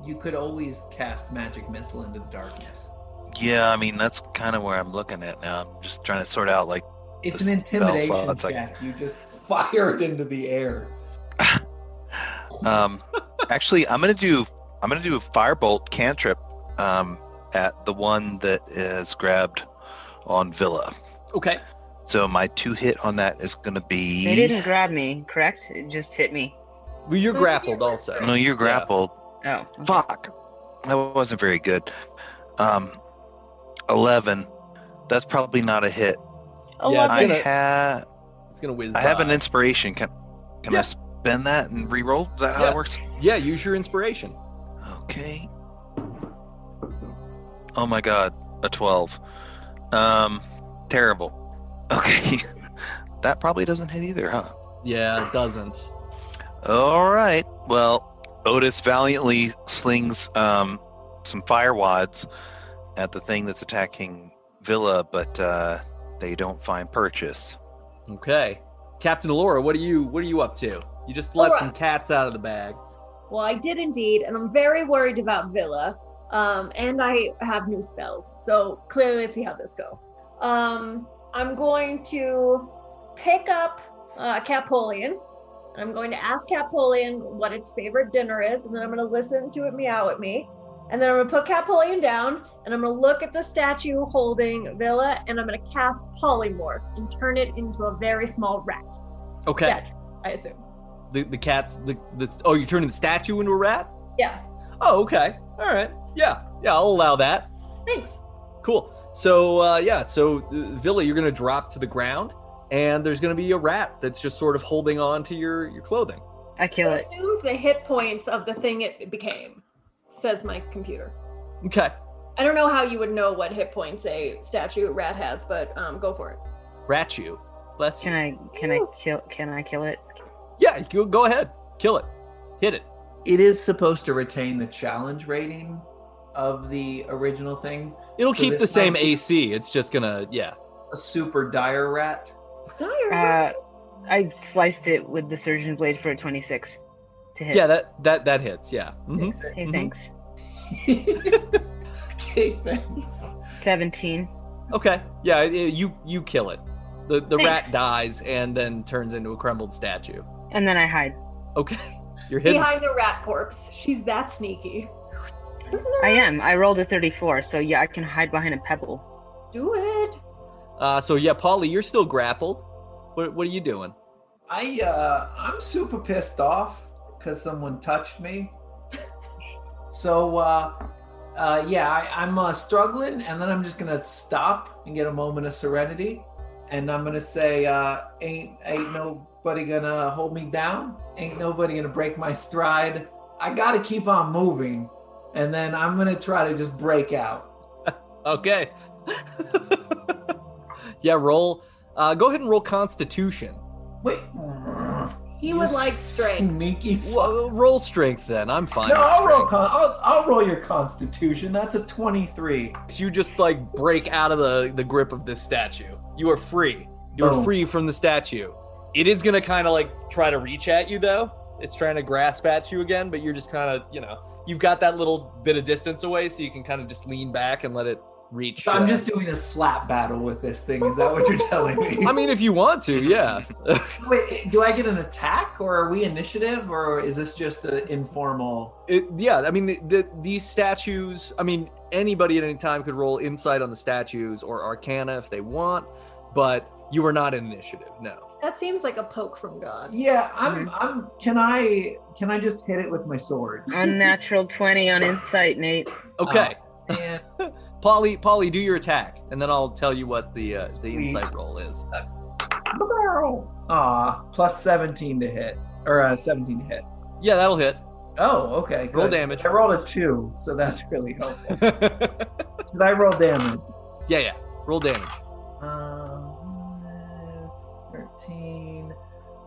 you could always cast magic missile into the darkness.
yeah. I mean, that's kind of where I'm looking at now. I'm just trying to sort out like
It's
This
an
spell slot,
intimidation
it's like-
check. You just fire it into the air.
Um, actually, I'm gonna do I'm gonna do a firebolt cantrip um, at the one that is grabbed on Villa.
Okay.
So my two hit on that is gonna be.
They didn't grab me, correct? It just hit me.
Well, you're
No,
grappled
you're-
also.
No, you're grappled.
Oh.
Fuck, that wasn't very good. Um, Eleven. That's probably not a hit.
Yeah,
Oh, yeah,
That's
I
gonna-
ha-
It's gonna whiz.
I have
by.
an inspiration. Can can I
Yeah.
spend that and reroll? Is that how
Yeah.
that works?
yeah, use your inspiration.
Okay. Oh my god, a 12. Um terrible. [LAUGHS] Okay. that probably doesn't hit either, huh?
Yeah, it doesn't.
All right. Well, Otis valiantly slings um some fire wads at the thing that's attacking Villa, but uh they don't find purchase.
Okay, Captain Alora, what are you what are you up to? You just let
Alright.
some cats out of the bag.
Well, I did indeed, and I'm very worried about Villa. Um, and I have new spells, so clearly, let's see how this go. Um, I'm going to pick up uh, Capolian. I'm going to ask Capolian what its favorite dinner is, and then I'm going to listen to it meow at me. And then I'm going to put Capolian down, and I'm going to look at the statue holding Villa, and I'm going to cast Polymorph and turn it into a very small rat.
Okay.
Statue, I assume.
The the cats the, the oh you're turning the statue into a rat.
Yeah.
Oh okay. All right. Yeah yeah I'll allow that.
Thanks.
Cool. So uh, yeah, so uh, Villa, you're gonna drop to the ground, and there's gonna be a rat that's just sort of holding on to your your clothing.
I kill it.
assumes the hit points of the thing it became, says my computer.
Okay.
I don't know how you would know what hit points a statue rat has, but um, go for it.
Rat you. Bless you.
Can I can I
Ooh.
kill can I kill it?
yeah. Go, go ahead. Kill it. Hit it.
It is supposed to retain the challenge rating, of the original thing,
It'll
So
keep
this
the same
might be-
AC. It's just gonna, yeah.
a super dire rat.
Dire.
Uh, I sliced it with the surgeon blade for a 26 to hit.
Yeah, that that that hits. Yeah.
Mm-hmm.
Mhm.
Makes it-
Hey,
mhm.
thanks.
[LAUGHS] Okay, thanks.
17.
Okay. Yeah, i- i- you you kill it. The the
Thanks.
rat dies and then turns into a crumbled statue.
And then I hide.
You're hidden.
Behind the rat corpse. She's that sneaky.
I am. I rolled a 34, so yeah, I can hide behind a pebble.
Do it.
Uh, so yeah, Polly, you're still grappled. What what are you doing?
I uh, I'm super pissed off because someone touched me. so uh, uh, yeah, I, I'm uh, struggling, and then I'm just gonna stop and get a moment of serenity, and I'm gonna say, uh, "Ain't ain't nobody gonna hold me down. Ain't nobody gonna break my stride. I gotta keep on moving." And then I'm gonna try to just break out.
Okay. [LAUGHS] yeah, roll. Uh, go ahead and roll Constitution.
Wait.
He
you
would like strength.
Sneaky. fuck.
Well, roll Strength then. I'm fine.
No,
with
I'll roll.
strength.
Con- I'll, I'll roll your Constitution. That's a twenty-three.
You just like break out of the, the grip of this statue. You are free. You are
Boom.
free from the statue. It is gonna kind of like try to reach at you though. It's trying to grasp at you again, but you're just kind of you know you've got that little bit of distance away, so you can kind of just lean back and let it reach.
So I'm
uh,
just doing a slap battle with this thing. Is that what [LAUGHS] you're telling me?
I mean, if you want to, yeah.
Wait, do I get an attack, or are we initiative, or is this just an informal?
It, yeah, I mean, the, the, these statues. I mean, anybody at any time could roll insight on the statues or Arcana if they want, but you are not an initiative. No.
That seems like a poke from God.
Yeah, I'm. I'm. Can I? Can I just hit it with my sword? [LAUGHS]
Unnatural 20 on insight, Nate.
Okay,
And
Polly, Polly, do your attack, and then I'll tell you what the uh, the insight roll is.
ah, plus 17 to hit, or uh, 17 to hit.
Yeah, that'll hit.
Oh, okay.
Roll
good.
damage.
I rolled a two, so that's really helpful.
yeah,
Did I roll damage?
yeah. Roll damage.
Um, 13,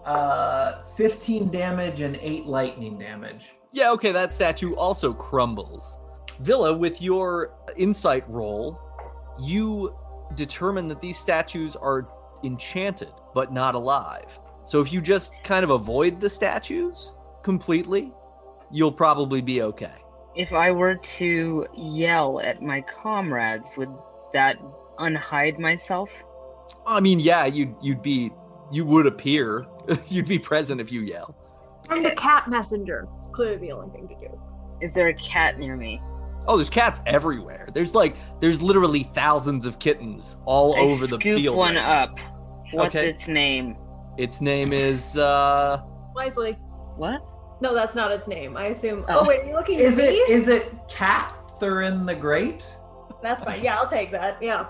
uh, 15 damage and 8 lightning damage.
Yeah, okay. That statue also crumbles. Villa, with your insight roll, you determine that these statues are enchanted but not alive. So if you just kind of avoid the statues completely, you'll probably be okay.
If I were to yell at my comrades, would that unhide myself?
I mean, yeah, you'd you'd be you would appear, [LAUGHS] you'd be present if you yell.
And the cat messenger. It's clearly the only thing to do.
Is there a cat near me?
Oh, there's cats everywhere. There's like there's literally thousands of kittens all
I
over the
scoop
field.
one
right now.
up. What's
Okay.
its name?
Its name is uh
Wisely.
What?
No, that's not its name. I assume.
Oh.
Oh, wait, are you looking
Is
at
it
me?
is it Catherine the Great?
That's fine. Yeah, I'll take that. Yeah.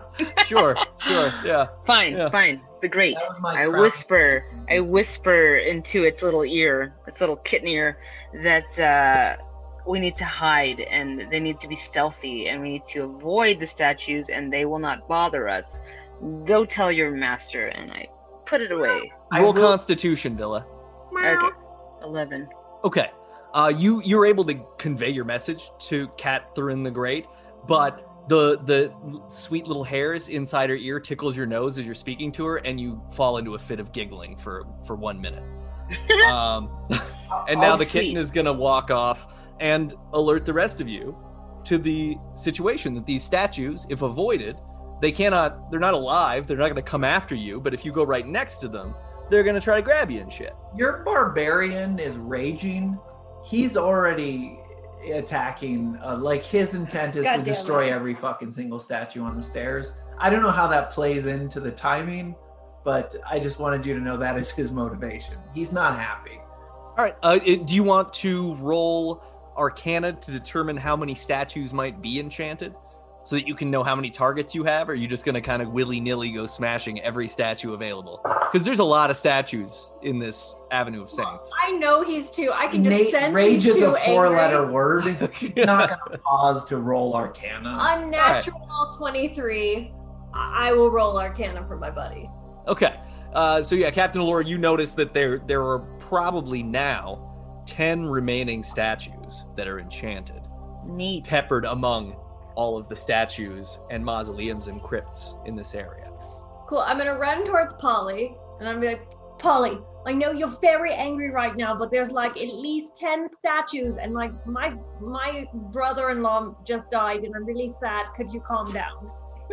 sure, sure, yeah.
Fine,
Yeah.
fine. The great.
That was my
I
crown.
whisper, I whisper into its little ear, its little kitten ear, that uh, we need to hide and they need to be stealthy and we need to avoid the statues and they will not bother us. Go tell your master. And I put it away.
I
Roll
will-
Constitution, Villa.
Okay. 11.
Okay, uh, you you're able to convey your message to Catherine the Great, but the the sweet little hairs inside her ear tickles your nose as you're speaking to her, and you fall into a fit of giggling for for one
[LAUGHS]
minute. um, [LAUGHS] and now
Oh,
the
sweet.
kitten is gonna walk off and alert the rest of you to the situation that these statues, if avoided, they cannot. They're not alive. They're not gonna come after you. But if you go right next to them, they're gonna try to grab you and shit.
Your barbarian is raging. He's already attacking. Uh, like his intent is
God
to
damn
destroy
it.
every fucking single statue on the stairs. I don't know how that plays into the timing, but I just wanted you to know that is his motivation. He's not happy.
All right. Uh, it, do you want to roll Arcana to determine how many statues might be enchanted, so that you can know how many targets you have? Or are you just going to kind of willy nilly go smashing every statue available? Because there's a lot of statues in this Avenue of Saints. [LAUGHS]
I know he's too. I can just
Nate
sense
rage
he's
is
too
a four
angry.
letter word.
[LAUGHS]
He's not gonna pause to roll Arcana.
Unnatural 23. I I will roll Arcana for my buddy.
Okay. Uh, so yeah, Captain Lord, you notice that there there are probably now ten remaining statues that are enchanted.
Neat.
peppered among all of the statues and mausoleums and crypts in this area.
Cool. I'm gonna run towards Polly and I'm gonna be like, Polly, I know you're very angry right now, but there's like at least ten statues, and like my my brother-in-law just died, and I'm really sad. Could you calm down?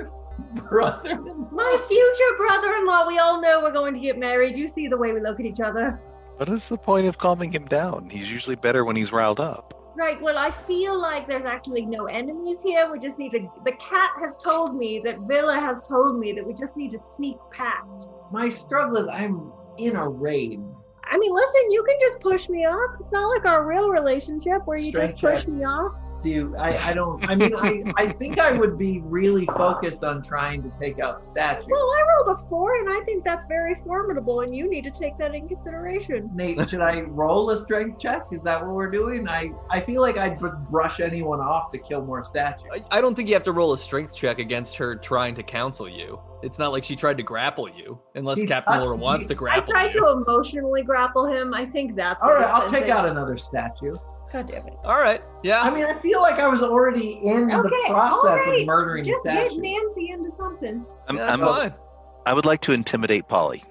[LAUGHS] brother.
My future brother-in-law. We all know we're going to get married. You see the way we look at each other,
What is the point of calming him down? He's usually better when he's riled up.
right? Well, I feel like there's actually no enemies here. We just need to. The cat has told me that Villa has told me that we just need to sneak past.
My struggle is I'm in a rage.
I mean, listen, you can just push me off. It's not like our real relationship where you
Strength
just push
check.
me off.
Do I, I don't I mean I, I think I would be really focused on trying to take out the statue.
Well, I rolled a four, and I think that's very formidable, and you need to take that in consideration.
Nate, should I roll a strength check? Is that what we're doing? I, I feel like I'd b- brush anyone off to kill more statues.
I, I don't think you have to roll a strength check against her trying to counsel you. It's not like she tried to grapple you, unless
She
Captain
touched
Laura
me.
wants to
I
grapple
tried
you.
to emotionally grapple him. I think that's
All
what
right,
I
I'll
was
take
thinking.
out another statue.
God damn it.
All right, yeah.
I mean, I feel like I was already in the
Okay,
process
alright,
of murdering a
Just get
statue.
Nancy into something.
I'm,
yeah, that's
I'm-
fine. [LAUGHS]
I would like to intimidate Polly.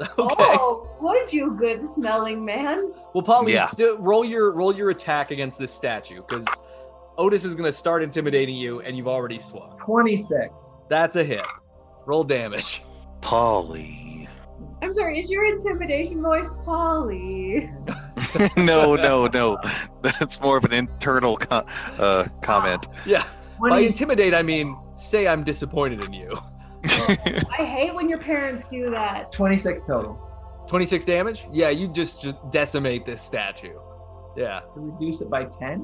Okay.
Oh, would you, good smelling man?
Well, Polly,
Yeah.
st- roll your roll your attack against this statue because Otis is going to start intimidating you, and you've already swung.
26.
[LAUGHS]
That's a hit. Roll damage. [LAUGHS]
Polly.
I'm sorry, is your intimidation voice Polly?
[LAUGHS]
no, no, no. That's more of an internal co- uh, comment.
Yeah. By
20
intimidate, I mean say I'm disappointed in you. [LAUGHS]
I hate when your parents do that.
26 total.
Twenty-six damage. Yeah, you just, just decimate this statue. Yeah.
To reduce it by 10?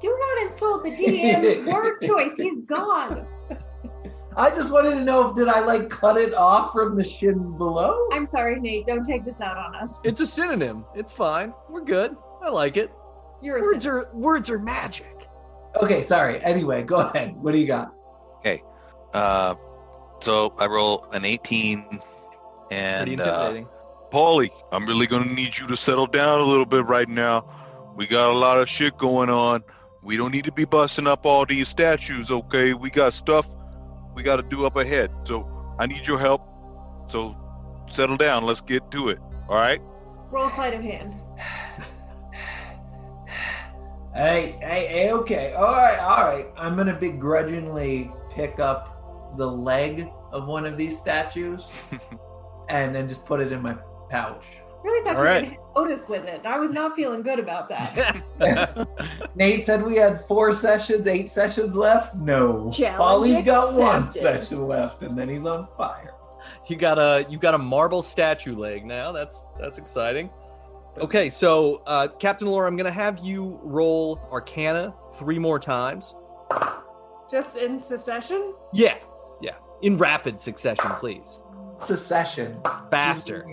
Do not insult the [LAUGHS] DM's word choice. He's gone.
I just wanted to know if did I like cut it off from the shins below?
I'm sorry, Nate. Don't take this out on us.
It's a synonym. It's fine. We're good. I like it.
You're a
Words are words are magic.
Okay, sorry. Anyway, go ahead. What do you got?
Uh, so I roll an 18
Pretty
and uh,
intimidating.
Paulie, I'm really gonna need you to settle down a little bit right now. We got a lot of shit going on. We don't need to be busting up all these statues, okay? We got stuff we got to do up ahead. So I need your help. So settle down. Let's get to it. All right?
Roll sleight of hand.
Hey, hey, hey, okay. All right, all right. I'm going to begrudgingly pick up the leg of one of
[LAUGHS]
these statues and then just put it in my pouch.
Really thought
All
you
right.
could hit Otis with it. I was not feeling good about
[LAUGHS]
that.
[LAUGHS]
Nate said we had four sessions, eight sessions left. No.
Challenge
Polly's got one
accepted.
session left and then he's on fire.
you got a you got a marble statue leg now. That's that's exciting. Okay, so uh, Captain Laura, I'm gonna have you roll Arcana three more times.
Just in succession?
Yeah, yeah, in rapid succession, please,
Secession.
faster.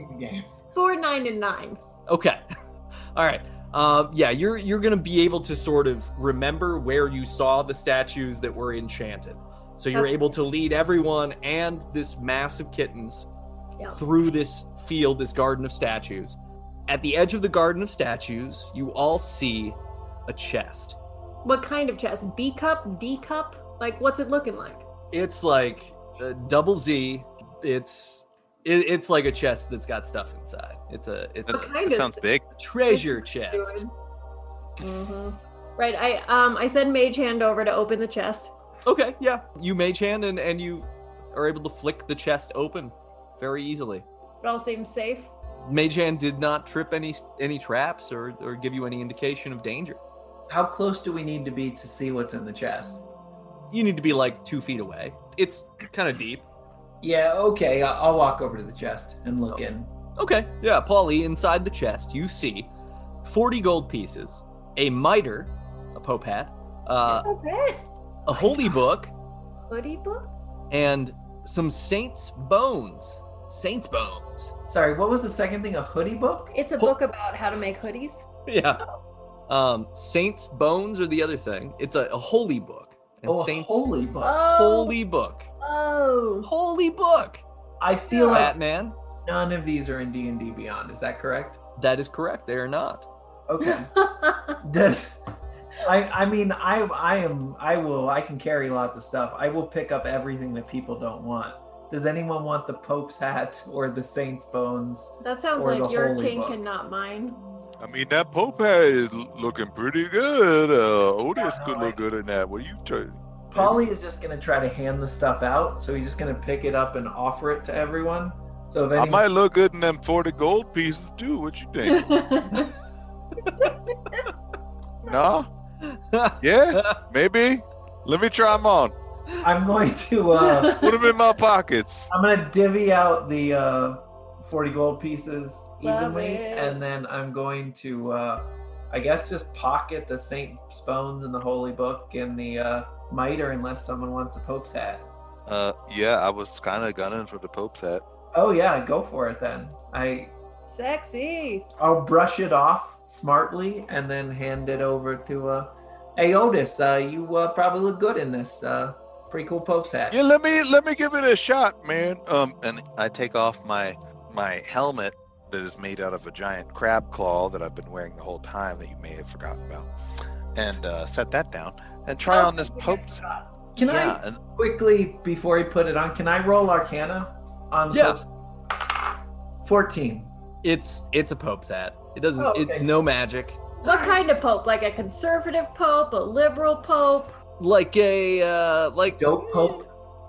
Four, nine, and nine.
Okay. [LAUGHS] All right. Um, yeah, you're you're gonna be able to sort of remember where you saw the statues that were enchanted. So you're
That's-
able to lead everyone and this mass of kittens
Yeah.
through this field, this garden of statues. At the edge of the garden of statues, you all see a chest.
What kind of chest? B cup? D cup? Like, what's it looking like?
It's like a double Z. It's it, it's like a chest that's got stuff inside. It's a it's
What
a
kind of
That sounds big.
treasure chest.
hmm Right. I um I said mage hand over to open the chest.
Okay, yeah. You mage hand and, and you are able to flick the chest open very easily.
It all seems safe.
Mage hand did not trip any any traps or, or give you any indication of danger.
How close do we need to be to see what's in the chest?
You need to be like two feet away. It's kind of deep.
Yeah, okay. I- I'll walk over to the chest and look in.
Okay, yeah, Paulie, inside the chest, you see 40 gold pieces, a mitre, a pope hat, uh,
Oh, good.
a holy book,
Hoodie book?
and some saints' bones. Saints' bones.
Sorry, what was the second thing? A hoodie book?
It's a
Ho-
book about how to make hoodies.
[LAUGHS] yeah. Um, Saints Bones are the other thing. It's a, a holy book. And
oh, a
Saints
holy book.
holy book.
Oh.
Holy book.
I feel like
Batman.
none of these are in D and D Beyond. Is that correct?
oh. [LAUGHS]
That is correct. They are not.
Okay. Does I, I mean, I, I am, I will, I can carry lots of stuff. I will pick up everything that people don't want. Does anyone want the Pope's hat or the Saint's bones?
That sounds
Or
like
the
your
holy
kink
book.
and not [LAUGHS]
[LAUGHS]
mine.
I mean, that Pope hat is l- looking pretty good. Uh, Otis
Yeah,
could
no,
look good in that. What are you trying?
Polly is just gonna try to hand the stuff out, so he's just gonna pick it up and offer it to everyone. So if
I
anyone,
might look good in them 40 gold pieces too. What you
[LAUGHS]
think? nah? Yeah? Maybe? Let me try them on.
I'm going to, uh,
Put them in my pockets.
I'm gonna divvy out the uh, 40 gold pieces
Love
evenly,
it.
and then I'm going to, uh, I guess, just pocket the Saint's bones and the Holy Book and the uh, mitre, unless someone wants a Pope's hat.
Uh, yeah, I was kind of gunning for the Pope's hat.
Oh yeah, go for it then. I
Sexy.
I'll brush it off smartly and then hand it over to uh Hey Otis, uh you uh, probably look good in this. Uh pretty cool Pope's hat.
Yeah, let me let me give it a shot, man.
Um, and I take off my my helmet that is made out of a giant crab claw that I've been wearing the whole time that you may have forgotten about, and uh, set that down and try on this Pope's.
Can
yeah, and-
I quickly before I put it on, can I roll Arcana on the
Yeah.
Pope's Fourteen.
[LAUGHS] It's it's a pope's hat. It doesn't.
Oh, okay.
It, no magic.
What kind of pope? Like a conservative pope, a liberal
[LAUGHS]
pope?
Like a uh, like
Dope Pope.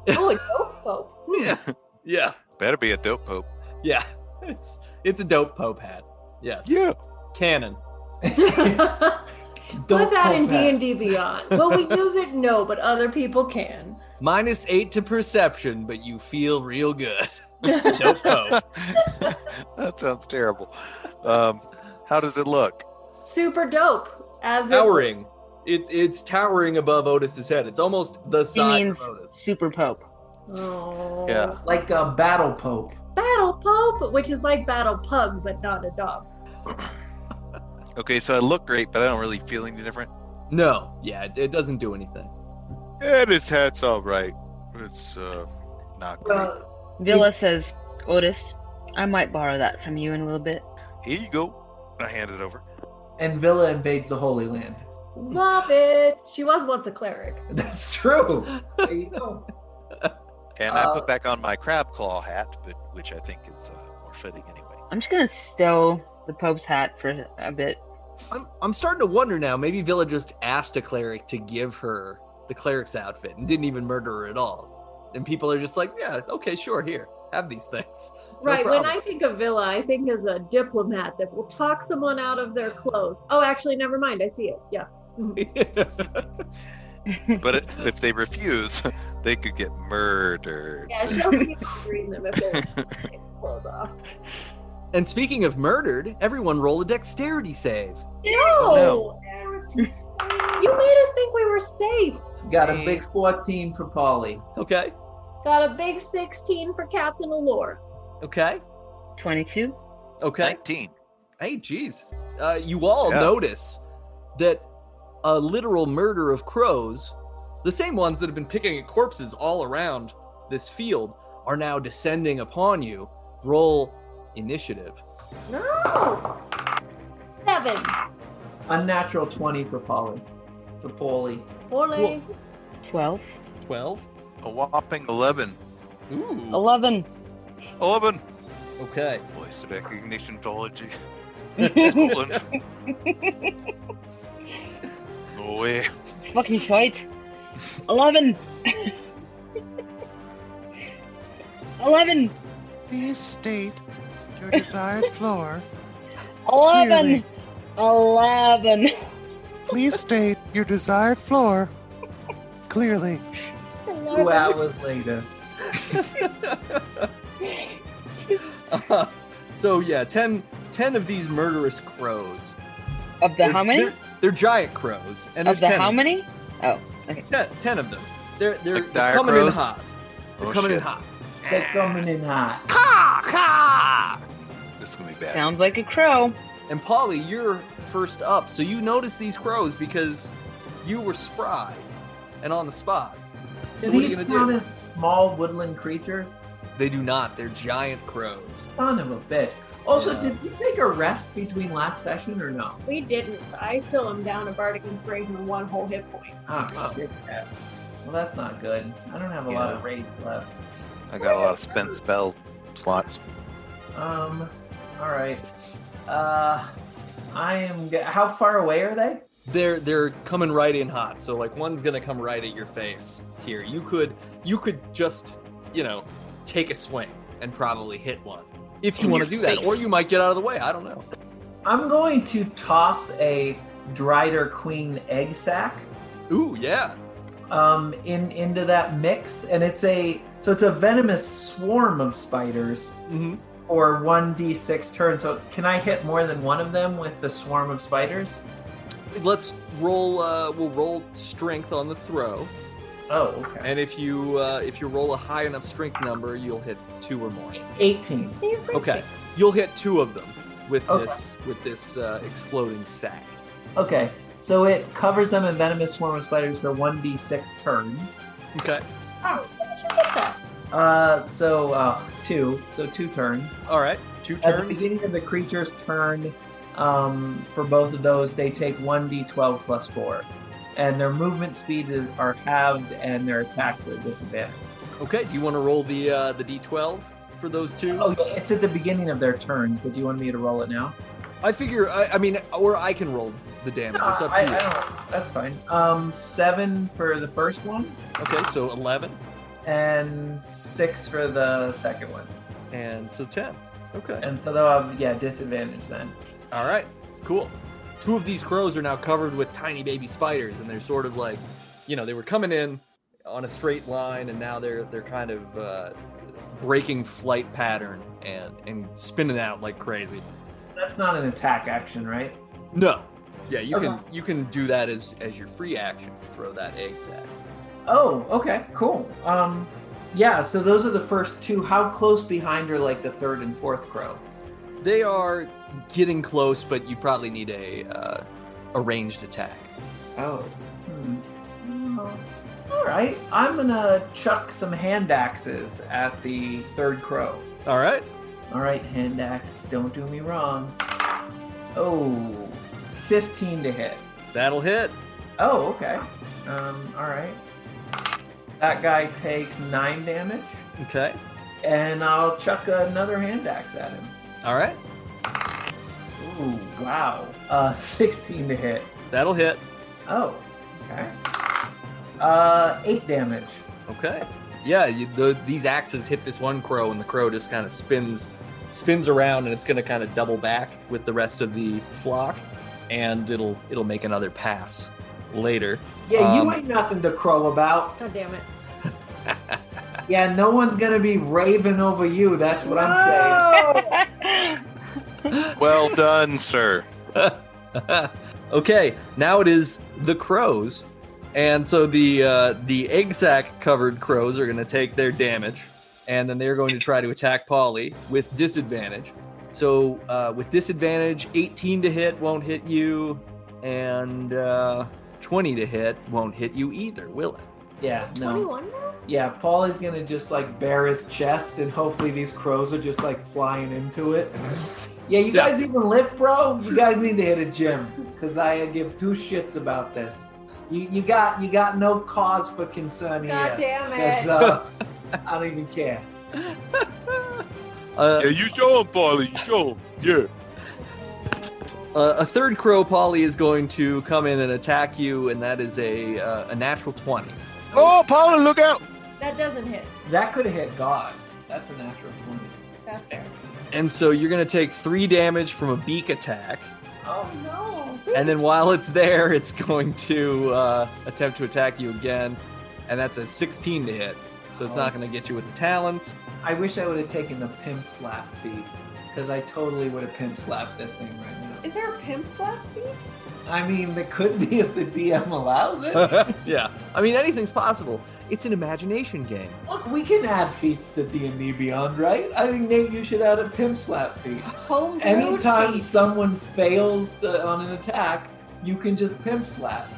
Oh, a dope
[LAUGHS]
pope. [LAUGHS]
yeah [LAUGHS] yeah
better be a dope Pope. [LAUGHS]
yeah. [LAUGHS] It's it's a dope pope hat. Yes,
Yeah.
canon.
Put
Dope
that in
Pope hat.
D and D Beyond. Will
[LAUGHS]
we use it? No, but other people can.
Minus eight to perception, but you feel real good. [LAUGHS] dope pope.
that sounds terrible. Um, how does it look?
Super dope. As it,
Towering. It's it's towering above Otis's head. It's almost the
He
size
means
of Otis.
super pope.
oh,
Yeah.
Like a battle pope.
battle pope, which is like battle pug, but not a dog.
Okay, so I look great, but I don't really feel any different.
No, yeah, it, it doesn't do anything.
Yeah, this hat's all right. It's uh, not great.
Uh,
Villa says, Otis, I might borrow that from you in a little bit.
Here you go. I hand it over.
and Villa invades the Holy Land. [LAUGHS]
Love it. She was once a cleric.
That's true. There you go.
And
Uh,
I put back on my crab claw hat, but, which I think is uh, more fitting anyway.
I'm just gonna stow the Pope's hat for a bit.
I'm I'm starting to wonder now. Maybe Villa just asked a cleric to give her the cleric's outfit and didn't even murder her at all. And people are just like, yeah, okay, sure, here, have these things. [LAUGHS]
Right. when
problem.
I think of Villa, I think as a diplomat that will talk someone out of their clothes. Oh, actually, never mind. I see it. Yeah.
But it, if they refuse, [LAUGHS] they could get murdered.
Yeah,
[LAUGHS]
she'll be murdering them if they take their clothes off.
and speaking of murdered, everyone roll a dexterity save.
[LAUGHS]
Oh,
No. Eric, you made us think we were safe.
Got a big 14 for Polly.
Okay,
Got a big 16 for Captain Allure.
okay,
22?
okay.
19.
Hey, jeez. Uh, you all
Yeah.
notice that a literal murder of crows, the same ones that have been picking at corpses all around this field, are now descending upon you. Roll initiative.
No. Seven.
Unnatural 20 for Polly. For Polly.
Orly.
12?
12?
A whopping 11.
Ooh.
[LAUGHS] 11!
11.
Okay.
Voice recognition tology. [LAUGHS] no way.
Fucking fight! 11! 11!
Please state your desired floor.
11! 11!
Please state your desired floor. Clearly.
Two hours later.
Uh, so, yeah, 10, 10 of these murderous crows.
Of the
They're-
how many?
They're, they're giant crows. And
Of
there's
the
10
how many? Oh, okay.
Ten, 10 of them. They're, they're,
Like
they're
dire
coming in
crows?
hot. They're
Oh,
coming in
shit.
hot.
They're coming in hot.
Ka! Ka!
This is going to be bad.
Sounds like a crow. [LAUGHS]
And Polly, you're first up, so you notice these crows because you were spry and on the spot. So what
Do
are
these
you gonna
count
do?
as small woodland creatures?
They do not. They're giant crows.
Son of a bitch. Also,
Yeah.
did we take a rest between last session or no?
We didn't. I still am down a Bardic Inspiration and one whole hit point.
Oh, shit. Well, that's not good. I don't have a lot of rage left.
I got a lot of spent spell slots.
Um, all right. Uh, I am. G- How far away are they?
They're they're coming right in hot. So like one's gonna come right at your face here. You could you could just you know take a swing and probably hit one if you
In
want to
your
do that, or
face.
you might get out of the way. I don't know.
I'm going to toss a Drider Queen egg sack
Ooh yeah.
um, in into that mix, and it's a so it's a venomous swarm of spiders
Mm-hmm.
or one d6 turn. So can I hit more than one of them with the swarm of spiders?
Let's roll. Uh, we'll roll strength on the throw,
Oh, okay.
and if you uh, if you roll a high enough strength number, you'll hit two or more.
18.
Okay, you'll hit two of them with
Okay.
this with this uh, exploding sack.
Okay, so it covers them in venomous swarm of spiders for 1d6 turns.
Okay,
Oh, how did you get that?
Uh, so uh, two, so two turns.
all right, two
At the
turns.
beginning of the creature's turn, um, for both of those, they take 1d12 plus four, and their movement speed is, are halved, and their attacks are disadvantaged.
Okay, do you want to roll the uh, the d12 for those two?
Oh, yeah, it's at the beginning of their turn, but do you want me to roll it now?
I figure. I, I mean, or I can roll the damage. It's up to
I,
you.
I don't, that's fine. Um, seven for the first one,
Okay, so eleven
and six for the second one.
and so ten. Okay.
And so they'll have, yeah, disadvantage then.
All right, cool. Two of these crows are now covered with tiny baby spiders, and they're sort of like, you know, they were coming in on a straight line, and now they're they're kind of uh, breaking flight pattern and and spinning out like crazy.
That's not an attack action, right?
No, yeah, you can you can do that as as your free action. Throw that egg sack.
Oh, okay, cool. Um, yeah, so those are the first two. How close behind are like the third and fourth crow?
They are getting close, but you probably need a uh, a ranged attack.
Oh. Hmm. Oh. All right, I'm gonna chuck some hand axes at the third crow.
All right,
All right, hand axe, don't do me wrong. Oh, 15 to hit.
that'll hit.
Oh, okay. Um, all right. That guy takes nine damage,
Okay,
and I'll chuck another hand axe at him.
all right,
Ooh, wow. Uh, [LAUGHS] 16 to hit.
that'll hit.
Oh, okay. Uh, eight damage.
Okay. Yeah, you, the, these axes hit this one crow, and the crow just kind of spins, spins around, and it's going to kind of double back with the rest of the flock, and it'll it'll make another pass later.
Yeah, you
Um,
ain't nothing to crow about.
God damn it.
Yeah, no one's gonna be raving over you. That's what I'm saying.
Well done, sir.
[LAUGHS] okay, now it is the crows, and so the uh, the egg sac covered crows are going to take their damage, and then they're going to try to attack Polly with disadvantage. So uh, with disadvantage, 18 to hit won't hit you, and uh, 20 to hit won't hit you either, will it?
Yeah, no.
21 now?
Yeah, Paul is gonna just like bare his chest, and hopefully these crows are just like flying into it. [LAUGHS] yeah, you
Yeah.
guys even lift, bro. You guys need to hit a gym because I give two shits about this. You, you got you got no cause for concern
God
here.
damn
Because
it.
uh, I don't even care.
Uh,
Yeah, you show him, Polly. You show him. Yeah.
Uh, a third crow, Polly, is going to come in and attack you, and that is a uh, a natural 20.
Oh, Paula, look out!
That doesn't hit.
That could have hit God. That's a natural 20.
That's fair.
And so you're going to take three damage from a beak attack.
Oh no.
And then while it's there, it's going to uh, attempt to attack you again. And that's a 16 to hit. So it's not going to get you with the talons.
I wish I would have taken the pimp slap feed because I totally would have pimp slapped this thing right now.
Is there a pimp slap feat?
I mean, that could be if the DM
[LAUGHS]
allows it.
yeah. I mean, anything's possible. It's an imagination game.
Look, we can add feats to D&D Beyond, right? I think Nate, you should add a pimp slap feat.
Homebrew
Anytime
feat.
someone fails the, on an attack, you can just pimp slap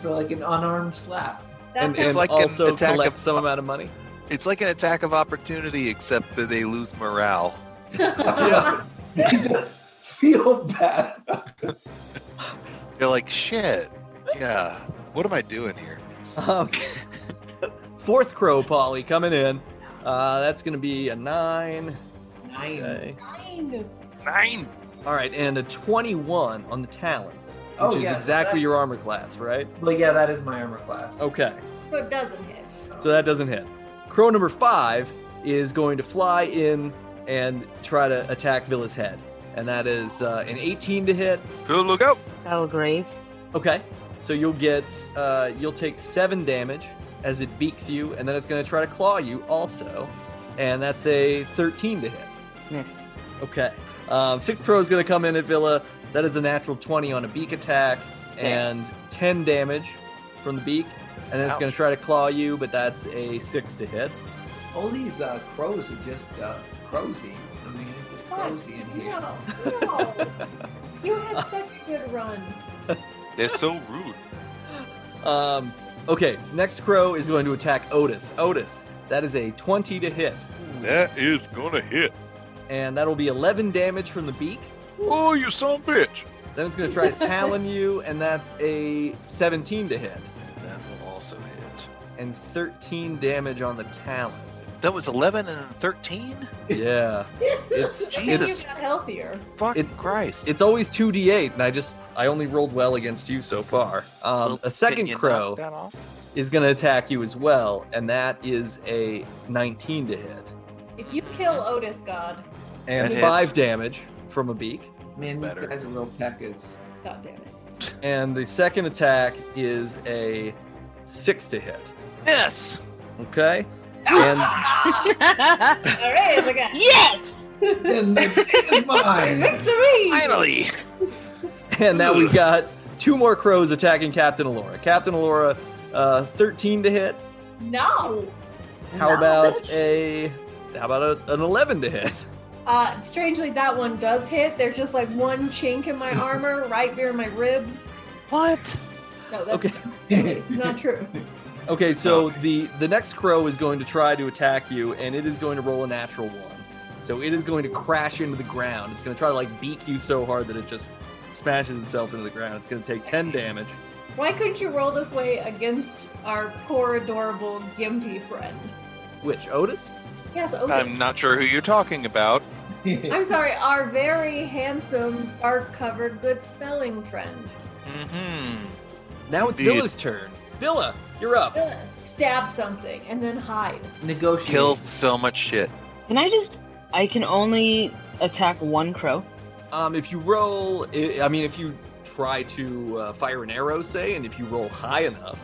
for like an unarmed slap.
That's
and
a-
it's like an
also
attack
collect
of-
some amount of money.
[LAUGHS]
It's like an attack of opportunity, except that they lose morale.
Yeah.
I just feel bad.
You're like, shit. Yeah. What am I doing here? Oh.
Um, [LAUGHS] fourth crow, Polly, coming in. Uh, that's going to be a nine.
Nine.
Okay.
Nine.
Nine.
All right, and a 21 on the talons, which
Oh,
is
yeah, so
exactly
that-
your armor class, right?
Well, yeah, that is my armor class.
Okay,
So it doesn't hit.
so that doesn't hit. Crow number five is going to fly in and try to attack Villa's head, and that is uh, an 18 to hit.
Good look out.
That'll graze.
Okay, so you'll get uh, you'll take seven damage as it beaks you, and then it's going to try to claw you also, and that's a 13 to hit.
[LAUGHS] Miss.
Okay. Um, Six Pro is going to come in at Villa. That is a natural 20 on a beak attack and 10 damage from the beak. And then it's going to try to claw you, but that's a 6 to hit.
All these uh, crows are just uh, crowsy. I mean, it's just
What?
crowsy in here.
No, no. you had such a good run.
They're so rude.
Um, okay, next Crow is going to attack Otis. Otis, that is a 20 to hit.
That is gonna hit.
And that'll be 11 damage from the beak.
Oh, you son of a bitch.
Then it's going to try to talon you, and that's a 17 to hit.
That will also hit.
And 13 damage on the talon.
That was 11 and 13?
Yeah. It's,
[LAUGHS]
Jesus.
You got healthier.
Fucking
It-
Christ.
It's always 2d8, and I just I only rolled well against you so far. Um,
Well,
a
Can
second
you knock
crow
that off?
is going to attack you as well, and that is a 19 to hit,
If you kill Otis God,
and
That hits.
five damage from a beak.
Man, these
Better.
guys are real peckers. [LAUGHS]
God damn it.
And the second attack is a six to hit.
Yes.
Okay, and
yes!
[LAUGHS] All right, it's again.
[LAUGHS]
Then the game
[LAUGHS]
is mine. [LAUGHS]
Victory!
Finally.
and now we got two more crows attacking Captain Alora. Captain Alora, uh, 13 to hit.
No.
How about a how about a, an 11 to hit?
Uh, strangely, that one does hit. There's just like one chink in my armor, right near my ribs.
What?
No, that's
[LAUGHS] Okay.
not true.
Okay, so the the next crow is going to try to attack you, and it is going to roll a natural one. So it is going to crash into the ground. It's going to try to like beak you so hard that it just smashes itself into the ground. It's going to take ten damage.
Why couldn't you roll this way against our poor, adorable Gimpy friend?
Which Otis?
Yes, Otis.
I'm not sure who you're talking about.
I'm sorry, our very handsome, bark covered, good smelling friend.
Mm-hmm.
Now it's
Indeed.
Villa's turn. Villa, you're up.
Ugh, Stab something and then hide.
Negotiate.
Kill so much shit.
Can I just. I can only attack one crow.
Um, if you roll, I I mean, if you try to uh, fire an arrow, say, and if you roll high enough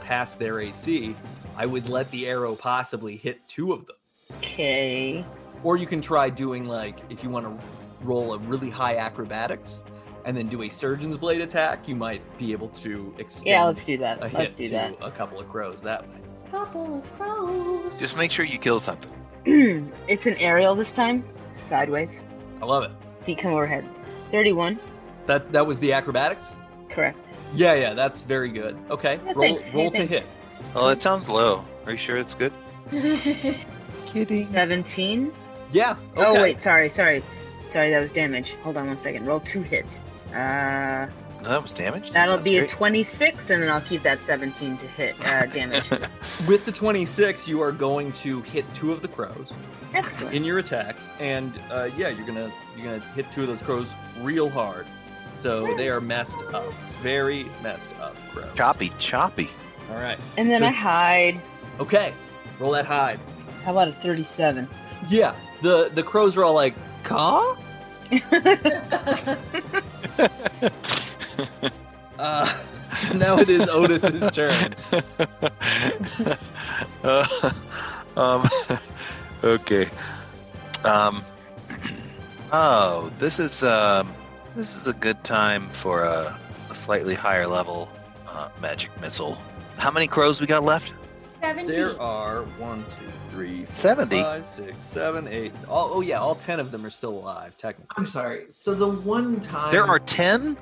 past their AC, I would let the arrow possibly hit two of them.
Okay.
Or you can try doing like if you want to roll a really high acrobatics and then do a surgeon's blade attack, you might be able to extend
Yeah, let's do
a
that.
hit
Let's do
to
that.
a couple of crows that way.
Couple of crows. [LAUGHS]
Just make sure you kill something.
[CLEARS THROAT] it's an aerial this time. Sideways.
I love it.
Feet come overhead. 31.
That that was the acrobatics.
Correct.
Yeah, yeah, that's very good. Okay,
Yeah,
roll
thanks. Hey,
roll to
thanks.
hit.
Oh, that sounds low. Are you sure it's good? Kidding.
17.
Yeah. Okay.
Oh wait, sorry, sorry, sorry. That was damage. Hold on one second. Roll two hit. Uh,
No, that was damaged. That
that'll
sounds
be a
great.
26, and then I'll keep that 17 to hit
[LAUGHS]
uh, damage.
With the twenty-six, you are going to hit two of the crows
Excellent.
in your attack, and uh, yeah, you're gonna you're gonna hit two of those crows real hard. So they are messed up, very messed up crows.
choppy, choppy.
All right.
And then
So-
I hide.
Okay, roll that hide.
How about a 37?
Yeah, the the crows are all like, "Caw." [LAUGHS] Uh, now it is Otis's turn.
[LAUGHS]
Uh, um, okay.
[CLEARS THROAT]
Um, oh, this is um, this is a good time for a, a slightly higher level uh, magic missile. How many crows we got left?
17.
There are one, two, three, four,
70.
five, six, seven, eight. All, oh yeah, all ten of them are still alive. Technically,
I'm sorry. So the one
Um,
time
There are ten.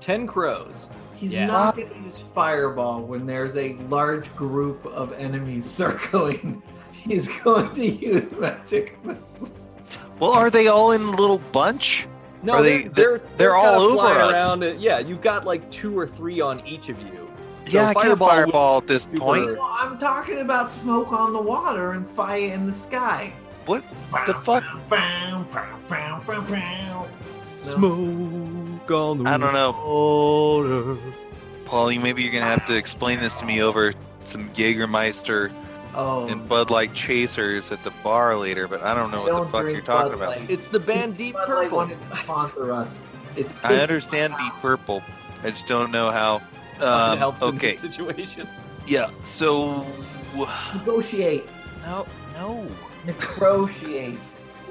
ten crows.
he's
Yeah.
not going to use fireball when there's a large group [LAUGHS] of enemies circling. He's going to use magic missile.
Well, are they all in a little bunch?
No,
Are
they,
they-
are
they're-
they're,
they're all
kinda
over
flying
us.
Around. and- Yeah, you've got like two or three on each of you. So
yeah, I can't
Fireball would-
fireball at this
we
point.
were-
Well, I'm talking about smoke on the water and fire in the sky.
What the fuck?
Smoke on the
I don't know.
water.
Paulie, maybe you're gonna have to explain this to me over some Jägermeister
Oh,
and Bud Light chasers at the bar later, but I don't know what the fuck you're talking about.
It's the band Deep
Bud Light
Purple.
wanted to sponsor us. It's
I understand Deep Purple. I just don't know how.
Um,
Um,
helps in
okay,
this situation.
yeah. So
Negotiate,
no, no.
negotiate.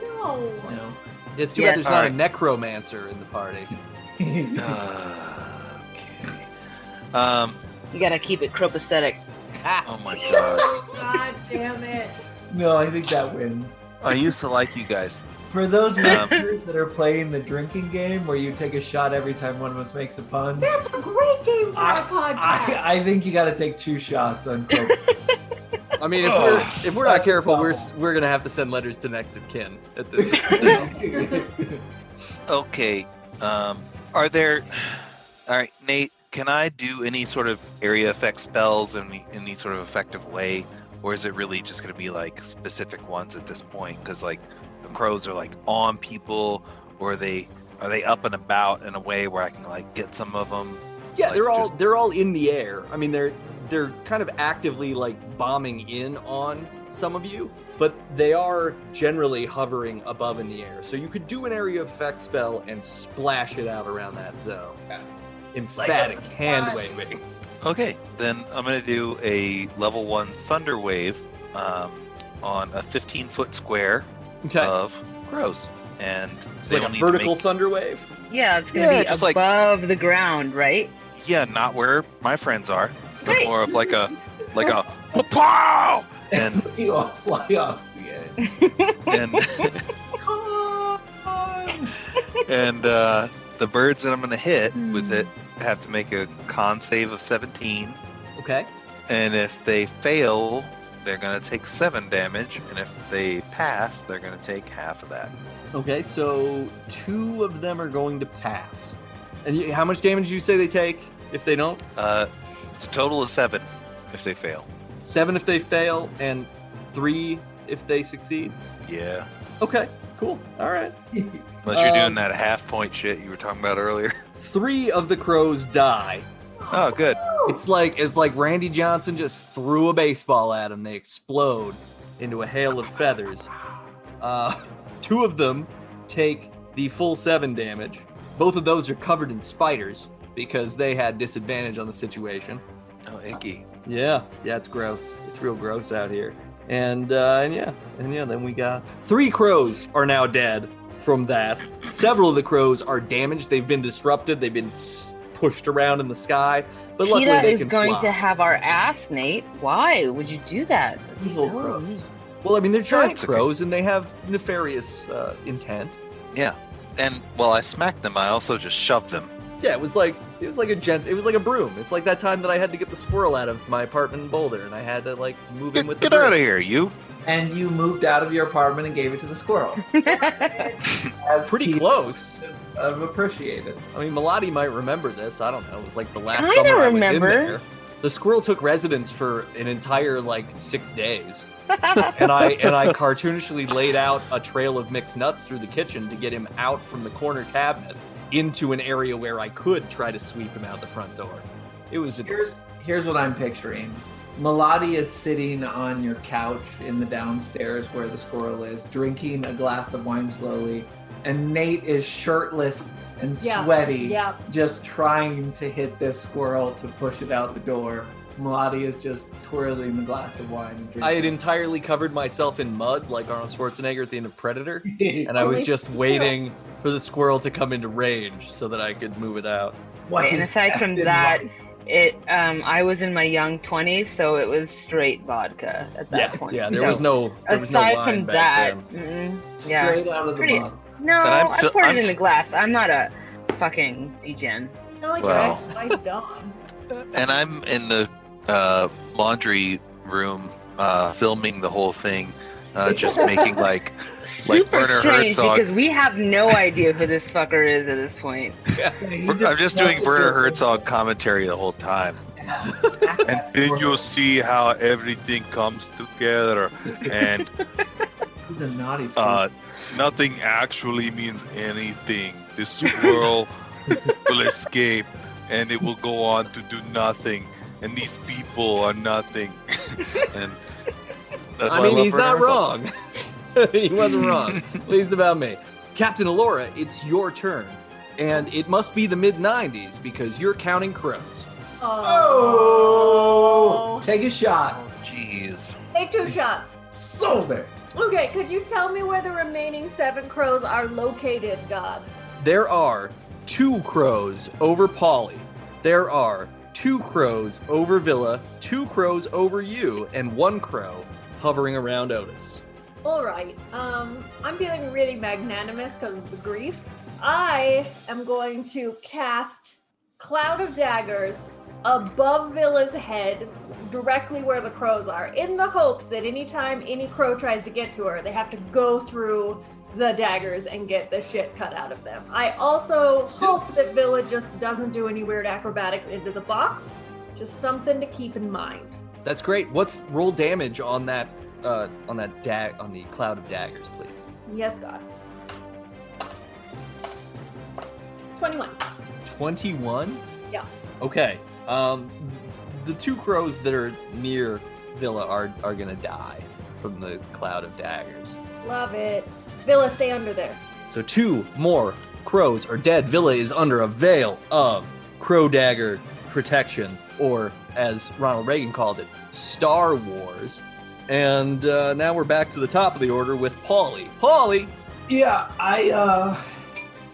No.
You know.
It's too
Yeah.
bad there's not
Alright.
a necromancer in the party.
Uh, okay. Um.
You gotta keep it copacetic.
Oh my god.
God damn it.
[LAUGHS] no, I think that wins.
I used to like you guys.
For those
Um,
listeners that are playing the drinking game, where you take a shot every time one of us makes a pun,
That's a great game for
I-
a podcast.
I, I think you got to take two shots on Coke.
I mean, if we're if we're not careful, we're s- we're gonna have to send letters to next of kin at this.
[LAUGHS]
point.
Okay. Um. Are there? All right, Nate. Can I do any sort of area effect spells in any- any sort of effective way, or is it really just going to be like specific ones at this point? Because like the crows are like on people, or are they are they up and about in a way where I can like get some of them?
yeah, they're
Like,
all
just-
they're all in the air. I mean, they're they're kind of actively like bombing in on some of you, but they are generally hovering above in the air. So you could do an area effect spell and splash it out around that zone. Emphatic hand waving.
Okay, then I'm going to do a level one thunder wave um, on a 15 foot square
Okay,
of crows, and
It's
Uh, they
like
will
a
need
vertical
to make
thunder wave.
Yeah, it's gonna
Yeah,
be
just like-
above the ground, right?
yeah, not where my friends are, but
Right.
more of like a like a pow and
[LAUGHS] you all fly off the edge.
and
Come on!
and uh, the birds that I'm going to hit with it have to make a con save of 17,
Okay.
and if they fail, they're going to take seven damage, and if they pass, they're going to take half of that.
Okay, so two of them are going to pass. And you, how much damage do you say they take if they don't?
Uh, it's a total of seven if they fail.
Seven if they fail, and three if they succeed.
Yeah.
Okay, cool. All right.
Unless you're
Um,
doing that half point shit you were talking about earlier. [LAUGHS]
Three of the crows die.
Oh, good.
It's like it's like Randy Johnson just threw a baseball at them. They explode into a hail of feathers. Uh, [LAUGHS] two of them take the full seven damage. Both of those are covered in spiders because they had disadvantage on the situation.
Oh, icky.
Yeah, yeah, it's gross. It's real gross out here. And uh, and yeah, and yeah, then we got three crows are now dead from that. Several of the crows are damaged. They've been disrupted. They've been s- pushed around in the sky. But luckily,
PETA
they
is
can
going
fly.
to have our ass, Nate. Why would you do that? That's
[LAUGHS]
Evil
so [LAUGHS]
crows.
mean.
Well, I mean, they're giant
That's okay.
crows, and they have nefarious uh, intent.
And while I smacked them, I also just shoved them.
Yeah, it was like it was like a gent. It was like a broom. It's like that time that I had to get the squirrel out of my apartment in Boulder, and I had to like move him
Get,
with the
get
broom.
out of here, you.
And you moved out of your apartment and gave it to
[LAUGHS]
the squirrel. As
Pretty
he
close.
I've appreciated.
I mean, Melody might remember this. I don't know. It was like the last
Kinda
summer I was in
remember.
there. The squirrel took residence for an entire like six days, and I and
[LAUGHS]
I cartoonishly laid out a trail of mixed nuts through the kitchen to get him out from the corner cabinet into an area where I could try to sweep him out the front door. It was a,
Here's here's what I'm picturing. Melody is sitting on your couch in the downstairs where the squirrel is, drinking a glass of wine slowly, and Nate is shirtless and
Yeah,
sweaty,
yeah.
just trying to hit this squirrel to push it out the door. Melody is just twirling the glass of wine and
I had
drinking.
entirely covered myself in mud like Arnold Schwarzenegger at the end of Predator, and I was
Holy
just waiting for the squirrel to come into range so that I could move it out.
[LAUGHS] What
And
is
aside
best
from
in
that,
life?
it. Um, I was in my young twenties, so it was straight vodka at that
yeah,
point.
yeah. There
So,
was no there was no
Aside
line
from
back
that,
then.
mm, yeah.
straight out of the
Pretty-
mug.
No,
But I'm
I
fi-
poured
I'm
it in the
fi-
glass. I'm not a fucking degen.
Not like
Wow.
wow. I done.
And I'm in the uh, laundry room uh, filming the whole thing,
uh, just making like
Super
Werner
strange
Herzog.
because we have no idea who this fucker is at this point.
I'm
[LAUGHS]
just doing Werner Herzog commentary the whole time.
and then you'll see how everything comes together and
the naughty.
uh, nothing actually means anything this swirl will escape and it will go on to do nothing and these people are
[LAUGHS]
nothing and that's
I
why
mean,
love
he's
Werner
not
Herzog.
wrong. [LAUGHS] he wasn't wrong,
[LAUGHS]
at least about me. Captain Alora, it's your turn, and it must be the mid 90s because you're counting crows.
oh, take a shot.
Jeez.
Take two shots.
Sold it.
Okay, could you tell me where the remaining seven crows are located, God?
There are two crows over Polly. There are two crows over Villa, two crows over you, and one crow hovering around Otis.
All right. Um, I'm feeling really magnanimous because of the grief. I am going to cast Cloud of Daggers above Villa's head, directly where the crows are, in the hopes that anytime any crow tries to get to her, they have to go through the daggers and get the shit cut out of them. I also hope that Villa just doesn't do any weird acrobatics into the box. Just something to keep in mind.
That's great. What's roll damage on that uh, on that dag on the cloud of daggers, please?
Yes, God. 21.
21
Yeah.
okay um the two crows that are near villa are are gonna die from the cloud of daggers
Love it. Villa, stay under there.
so two more crows are dead villa is under a veil of crow dagger protection or as ronald reagan called it star wars and uh, now we're back to the top of the order with polly polly
Yeah, I. uh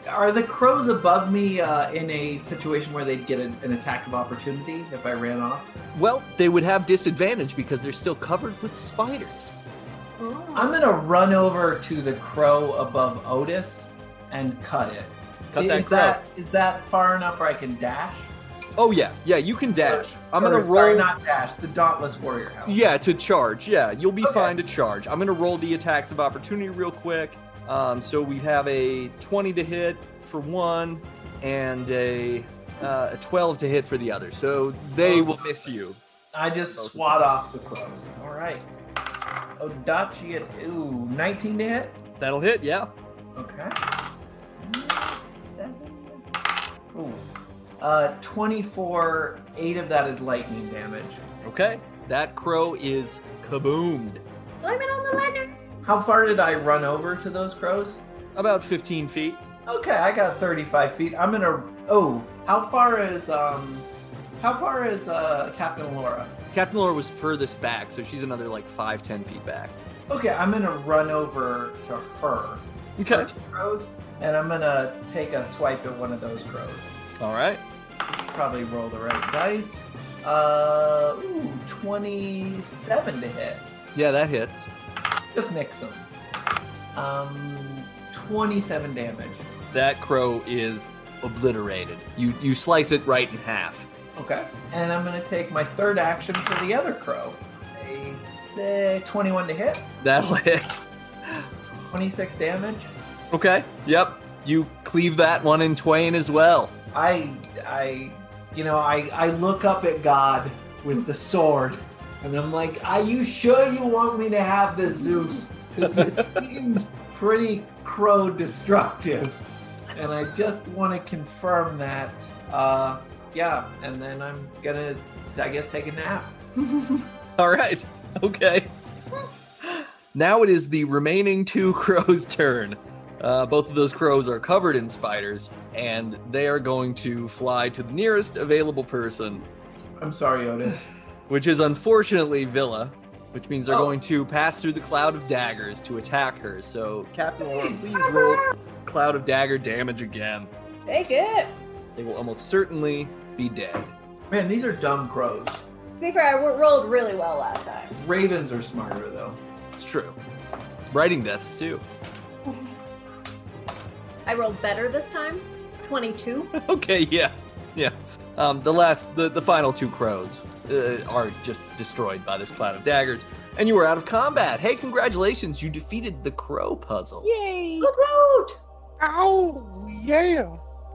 Are the crows above me uh, in a situation where they'd get an, an attack of opportunity if I ran off?
well they would have disadvantage because they're still covered with spiders
I'm gonna run over to the crow above Otis and cut it.
Cut
Is
that crow.
That, is that far enough where I can dash?
oh yeah yeah you can dash i'm
Or,
gonna roll
sorry, not dash. The Dauntless Warrior House.
Yeah, to charge. Yeah, you'll be
Okay.
fine to charge. I'm going to roll the attacks of opportunity real quick. Um, so we have a 20 to hit for one and a, uh, a 12 to hit for the other. So
Oh.
they will miss you.
I just
Both
swat off the crows. All right. Odachi at ooh, 19 to hit.
That'll hit, yeah.
Okay. Seven. Ooh. Uh, 24. Eight of that is lightning damage.
Okay. That crow is kaboomed.
Blame it on the lightning.
How far did I run over to those crows?
About 15 feet.
Okay, I got 35 feet. I'm gonna. Oh, how far is um, how far is uh Captain Laura?
Captain Laura was furthest back, so she's another like 5, 10 feet back.
Okay, I'm gonna run over to her.
Okay.
Her two crows, and I'm gonna take a swipe at one of those crows.
All right.
Probably roll the right dice. Uh, ooh, 27 to hit.
Yeah, that hits.
Just nix them. Um, 27 damage.
That crow is obliterated. You you slice it right in half.
Okay. And I'm gonna take my third action for the other crow. A say 21 to hit.
That'll [LAUGHS] hit.
26 damage.
Okay. Yep. You cleave that one in twain as well. [LAUGHS]
I, I, you know, I, I look up at God with the sword, and I'm like, are you sure you want me to have this Zeus? Because [LAUGHS] it seems pretty crow destructive, and I just want to confirm that. Uh, yeah, and then I'm gonna, I guess, take a nap.
All right. Okay. now it is the remaining two [LAUGHS] crows' turn. Uh, both of those crows are covered in spiders, and they are going to fly to the nearest available person,
I'm sorry, Otis.
which is unfortunately Villa, which means they're
Oh.
going to pass through the cloud of daggers to attack her. So, Captain Warren, please roll cloud of dagger damage again.
Take it.
They will almost certainly be dead.
Man, these are dumb crows.
To be fair, I w- rolled really well last time.
Ravens are smarter though.
It's true. Writing desk, too. [LAUGHS]
I rolled better this time. 22.
Okay, yeah. Yeah. Um, the last, the, the final two crows uh, are just destroyed by this cloud of daggers, and you are out of combat. Hey, congratulations! You defeated the crow puzzle.
Yay!
Woot woot!
Oh yeah.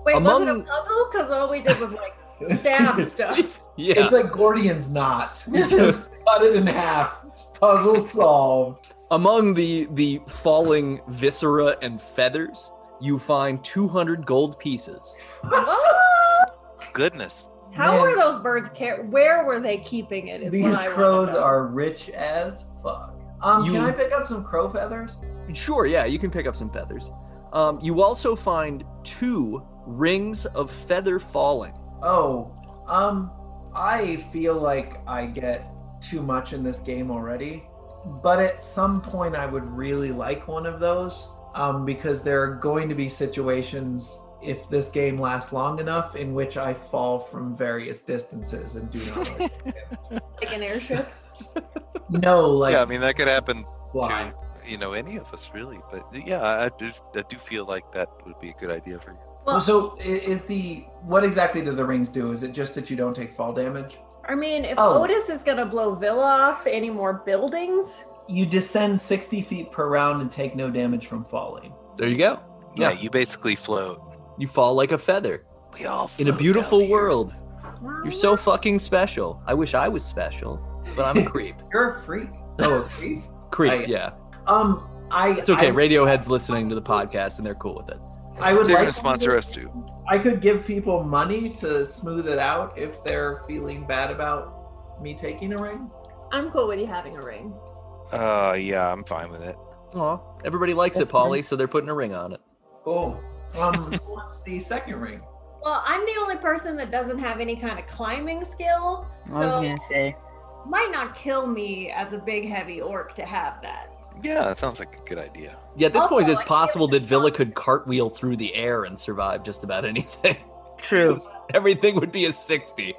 Wait, was it a
Among-
puzzle? Because all we did was
[LAUGHS]
like stab stuff.
Yeah.
It's like Gordian's knot.
[LAUGHS]
We just cut it in half. Puzzle solved.
Among the the falling viscera and feathers, you find 200 gold pieces.
What?
Goodness.
How
Man.
were those birds? Care? Where were they keeping it? Is
These
what I wanna
crows
know.
are rich as fuck. Um,
You-
can I pick up some crow feathers?
Sure, yeah, you can pick up some feathers. Um, you also find two rings of feather falling.
Oh, um, I feel like I get too much in this game already, but at some point I would really like one of those um, because there are going to be situations if this game lasts long enough in which I fall from various distances and do not
[LAUGHS]
like,
like an airship.
no like
yeah, I mean that could happen
fly.
to you know any of us really, but yeah, I do, I do feel like that would be a good idea for you.
Well,
so i- is the what exactly do the rings do? Is it just that you don't take fall damage?
I mean, if
Oh.
Otis is gonna blow Villa off any more buildings,
You descend sixty feet per round and take no damage from falling.
There you go.
Yeah,
Yeah.
you basically float.
You fall like a feather
We all float
in a
Oh,
down
beautiful
here.
world. You're so fucking special. I wish I was special, but
[LAUGHS]
I'm a creep.
You're a freak. Oh, a creep.
Creep,
I-
yeah.
Um, I.
It's okay.
I,
Radiohead's listening to the podcast and they're cool with it.
I would
They're
like
gonna sponsor us too.
I could give people money to smooth it out if they're feeling bad about me taking a ring.
I'm cool with you having a ring.
Uh, yeah, I'm fine with it.
Aw, everybody likes
That's
it, Polly, so they're putting a ring on it.
Oh, [LAUGHS] um, what's the second ring?
Well, I'm the only person that doesn't have any kind of climbing skill,
I was
Oh,
so
gonna say.
might not kill me as a big heavy orc to have that.
Yeah, that sounds like a good idea.
Yeah, at this
Also,
point, it's
I can't
possible that
even-
Villa could cartwheel through the air and survive just about anything. [LAUGHS]
True.
Everything would be a 60.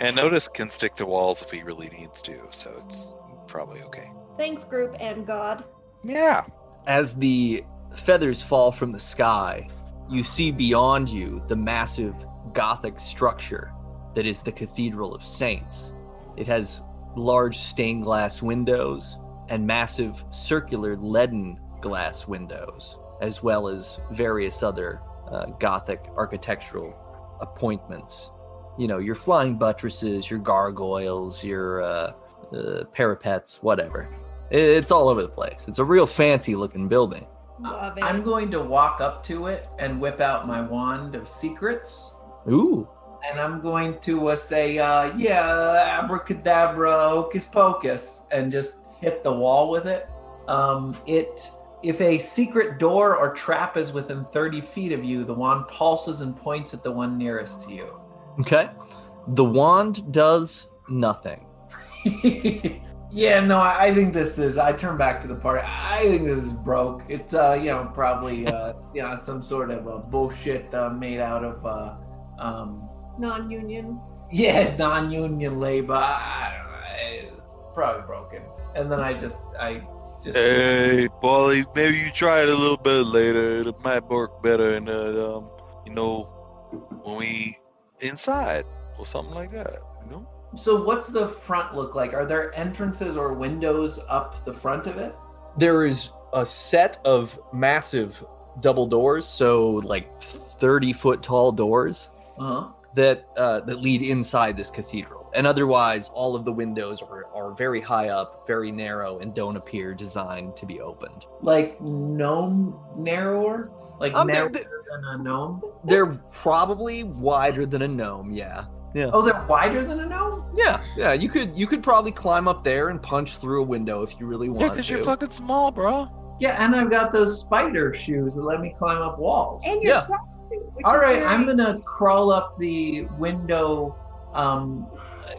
And Otis can stick to walls if he really needs to, so it's probably okay.
Thanks, group and God.
Yeah.
As the feathers fall from the sky, you see beyond you the massive Gothic structure that is the Cathedral of Saints. It has large stained glass windows and massive circular leaden glass windows, as well as various other uh, Gothic architectural appointments. You know, your flying buttresses, your gargoyles, your uh, uh, parapets, whatever. It's all over the place. It's a real fancy looking building.
Love it.
I'm going to walk up to it and whip out my wand of secrets,
Ooh.
and I'm going to uh, say, uh, "Yeah, abracadabra, hocus pocus," and just hit the wall with it. Um, it. If a secret door or trap is within 30 feet of you, the wand pulses and points at the one nearest to you. [LAUGHS]
Okay. The wand does nothing.
yeah, no, I, I think this is. I turn back to the party. I think this is broke. It's uh, you know, probably uh, [LAUGHS] you know, some sort of uh, bullshit uh, made out of uh, um,
non-union.
yeah, [LAUGHS] non-union labor. I, I don't know. It's probably broken. And then I just, I just.
Hey, Polly, maybe you try it a little bit later. It might work better, and uh, um, you know, when we inside or something like that. You know,
So, what's the front look like? Are there entrances or windows up the front of it?
There is a set of massive double doors, so like 30 foot tall doors
Uh huh.
that uh, that lead inside this cathedral. And otherwise, all of the windows are, are very high up, very narrow, and don't appear designed to be opened.
Like gnome narrower, like
Um, there-
narrower than a gnome.
They're probably wider than a gnome, yeah.
Oh, they're wider than a gnome.
Yeah, yeah. You could you could probably climb up there and punch through a window if you really
Yeah,
want
because
to.
you're fucking small, bro.
Yeah, and I've got those spider shoes that let me climb up walls.
And you're
Yeah.
trying, which
All
is
right,
very-
I'm gonna crawl up the window, um,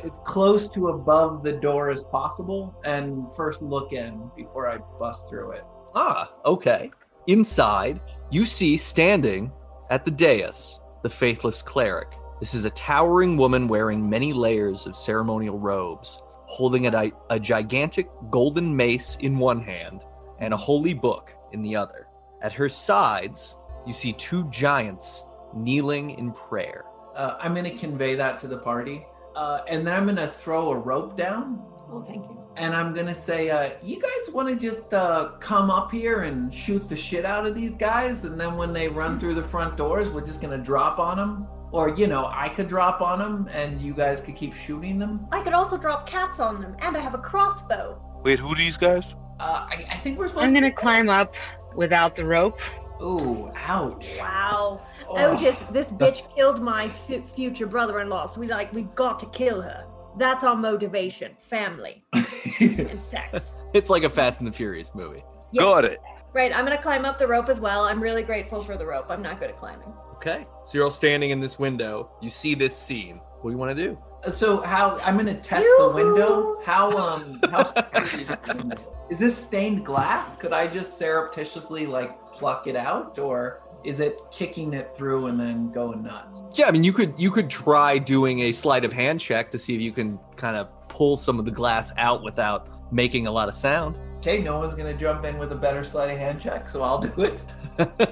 as close to above the door as possible, and first look in before I bust through it.
Ah, okay. Inside, you see standing at the dais the faithless cleric. This is a towering woman wearing many layers of ceremonial robes, holding a, di- a gigantic golden mace in one hand and a holy book in the other. At her sides, you see two giants kneeling in prayer.
Uh, I'm going to convey that to the party. Uh, and then I'm going to throw a rope down
Oh, thank you.
and I'm gonna say, uh, you guys want to just uh, come up here and shoot the shit out of these guys, and then when they run through the front doors, we're just gonna drop on them, or you know, I could drop on them, and you guys could keep shooting them.
I could also drop cats on them, and I have a crossbow.
Wait, who these guys?
Uh, I, I think we're supposed.
I'm gonna
to-
climb up without the rope.
Ooh, ouch!
Wow.
Oh,
Oh, just this bitch killed my f- future brother-in-law, so we like we've got to kill her. That's our motivation: family
Oh.
and sex.
It's like a Fast and the Furious movie.
Yes.
Got it.
Right. I'm gonna climb up the rope as well. I'm really grateful for the rope. I'm not good at climbing.
Okay. So you're all standing in this window. You see this scene. What do you want to do?
[LAUGHS] so how I'm gonna test the window.
Yoo-hoo.
How um how [LAUGHS] sturdy is the window? is this stained glass? Could I just surreptitiously like pluck it out, or is it kicking it through and then going nuts?
Yeah, I mean, you could you could try doing a sleight of hand check to see if you can kind of pull some of the glass out without making a lot of sound. [LAUGHS]
Okay, no one's gonna jump in with a better sleight of hand check, so I'll do it.
I
Uh,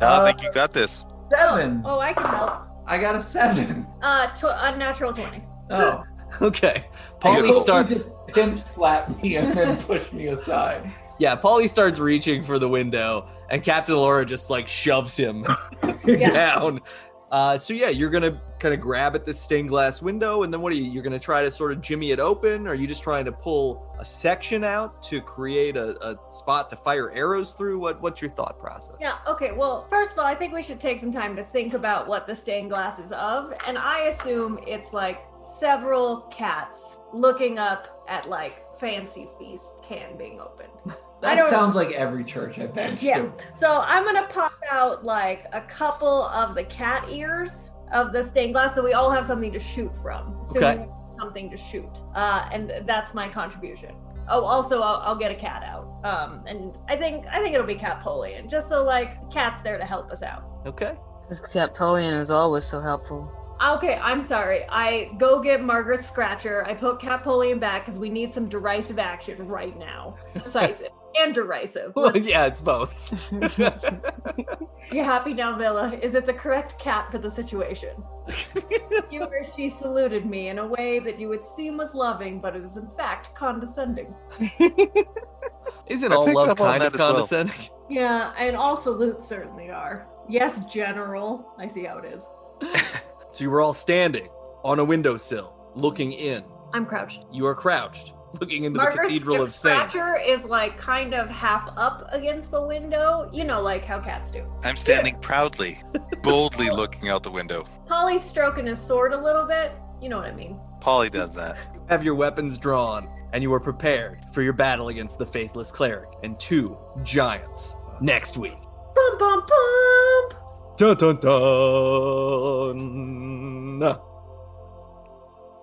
Ah, think you got this.
Seven.
Oh, I can help.
I got
[LAUGHS]
a seven.
Uh, tw- unnatural twenty.
Oh,
Okay. Polly
You
starts.
just pimp slapped me and then pushed me aside.
Yeah, Polly starts reaching for the window, and Captain Laura just like shoves
[LAUGHS]
him down. Uh, so yeah, you're gonna kind of grab at this stained glass window, and then what are you? You're gonna try to sort of jimmy it open, or are you just trying to pull a section out to create a, a spot to fire arrows through? What What's your thought process?
Yeah, okay. Well, first of all, I think we should take some time to think about what the stained glass is of. And I assume it's like several cats looking up at like fancy feast can being opened. I
That
don't-
sounds like every church I've been to.
Yeah. So I'm gonna pop out like a couple of the cat ears of the stained glass so we all have something to shoot from. Assuming
Okay.
we have something to shoot. Uh, and that's my contribution. Oh, also I'll, I'll get a cat out. Um, and I think I think it'll be Catpolian, just so like cat's there to help us out.
Okay.
This Capitolian is always so helpful. [LAUGHS]
Okay, I'm sorry. I go get Margaret Scratcher. I put Catpolian back because we need some derisive action right
[LAUGHS]
now. Decisive and derisive.
Well, yeah, it's both. [LAUGHS]
You happy now, Villa? Is it the correct cat for the
[LAUGHS]
situation? you or she saluted me in a way that you would seem was loving, but it was in fact condescending.
Isn't
I
all
picked
love
up on
kind
that
of
as well.
condescending?
Yeah, and all salutes certainly are. Yes, General. I see how it is.
So you were all standing on a windowsill, looking in.
I'm crouched.
You are crouched, looking into
Margaret
the Cathedral of Saints.
Scratcher is like kind of half up against the window, you know, like how cats do.
I'm
Standing proudly, boldly looking out the window.
Polly's stroking his sword a little bit. You know what I mean.
Polly does that.
have your weapons drawn and you are prepared for your battle against the faithless cleric and two giants next week.
Bum, bum, bum.
Dun dun dun.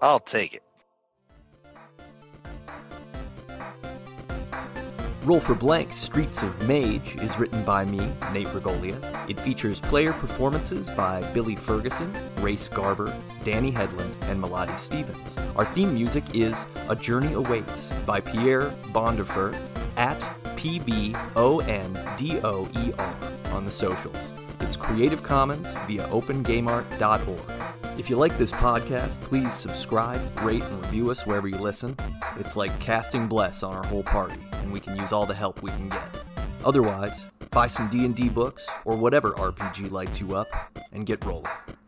I'll take it.
Roll for Blank Streets of Mage is written by me, Nate Regolia. It features player performances by Billy Ferguson, Race Garber, Danny Headland, and Melody Stevens. Our theme music is A Journey Awaits by Pierre Bondefer at P B O N D O E R on the socials. It's Creative Commons via opengameart.org. If you like this podcast, please subscribe, rate, and review us wherever you listen. It's like casting bless on our whole party, and we can use all the help we can get. Otherwise, buy some D&D books or whatever RPG lights you up and get rolling.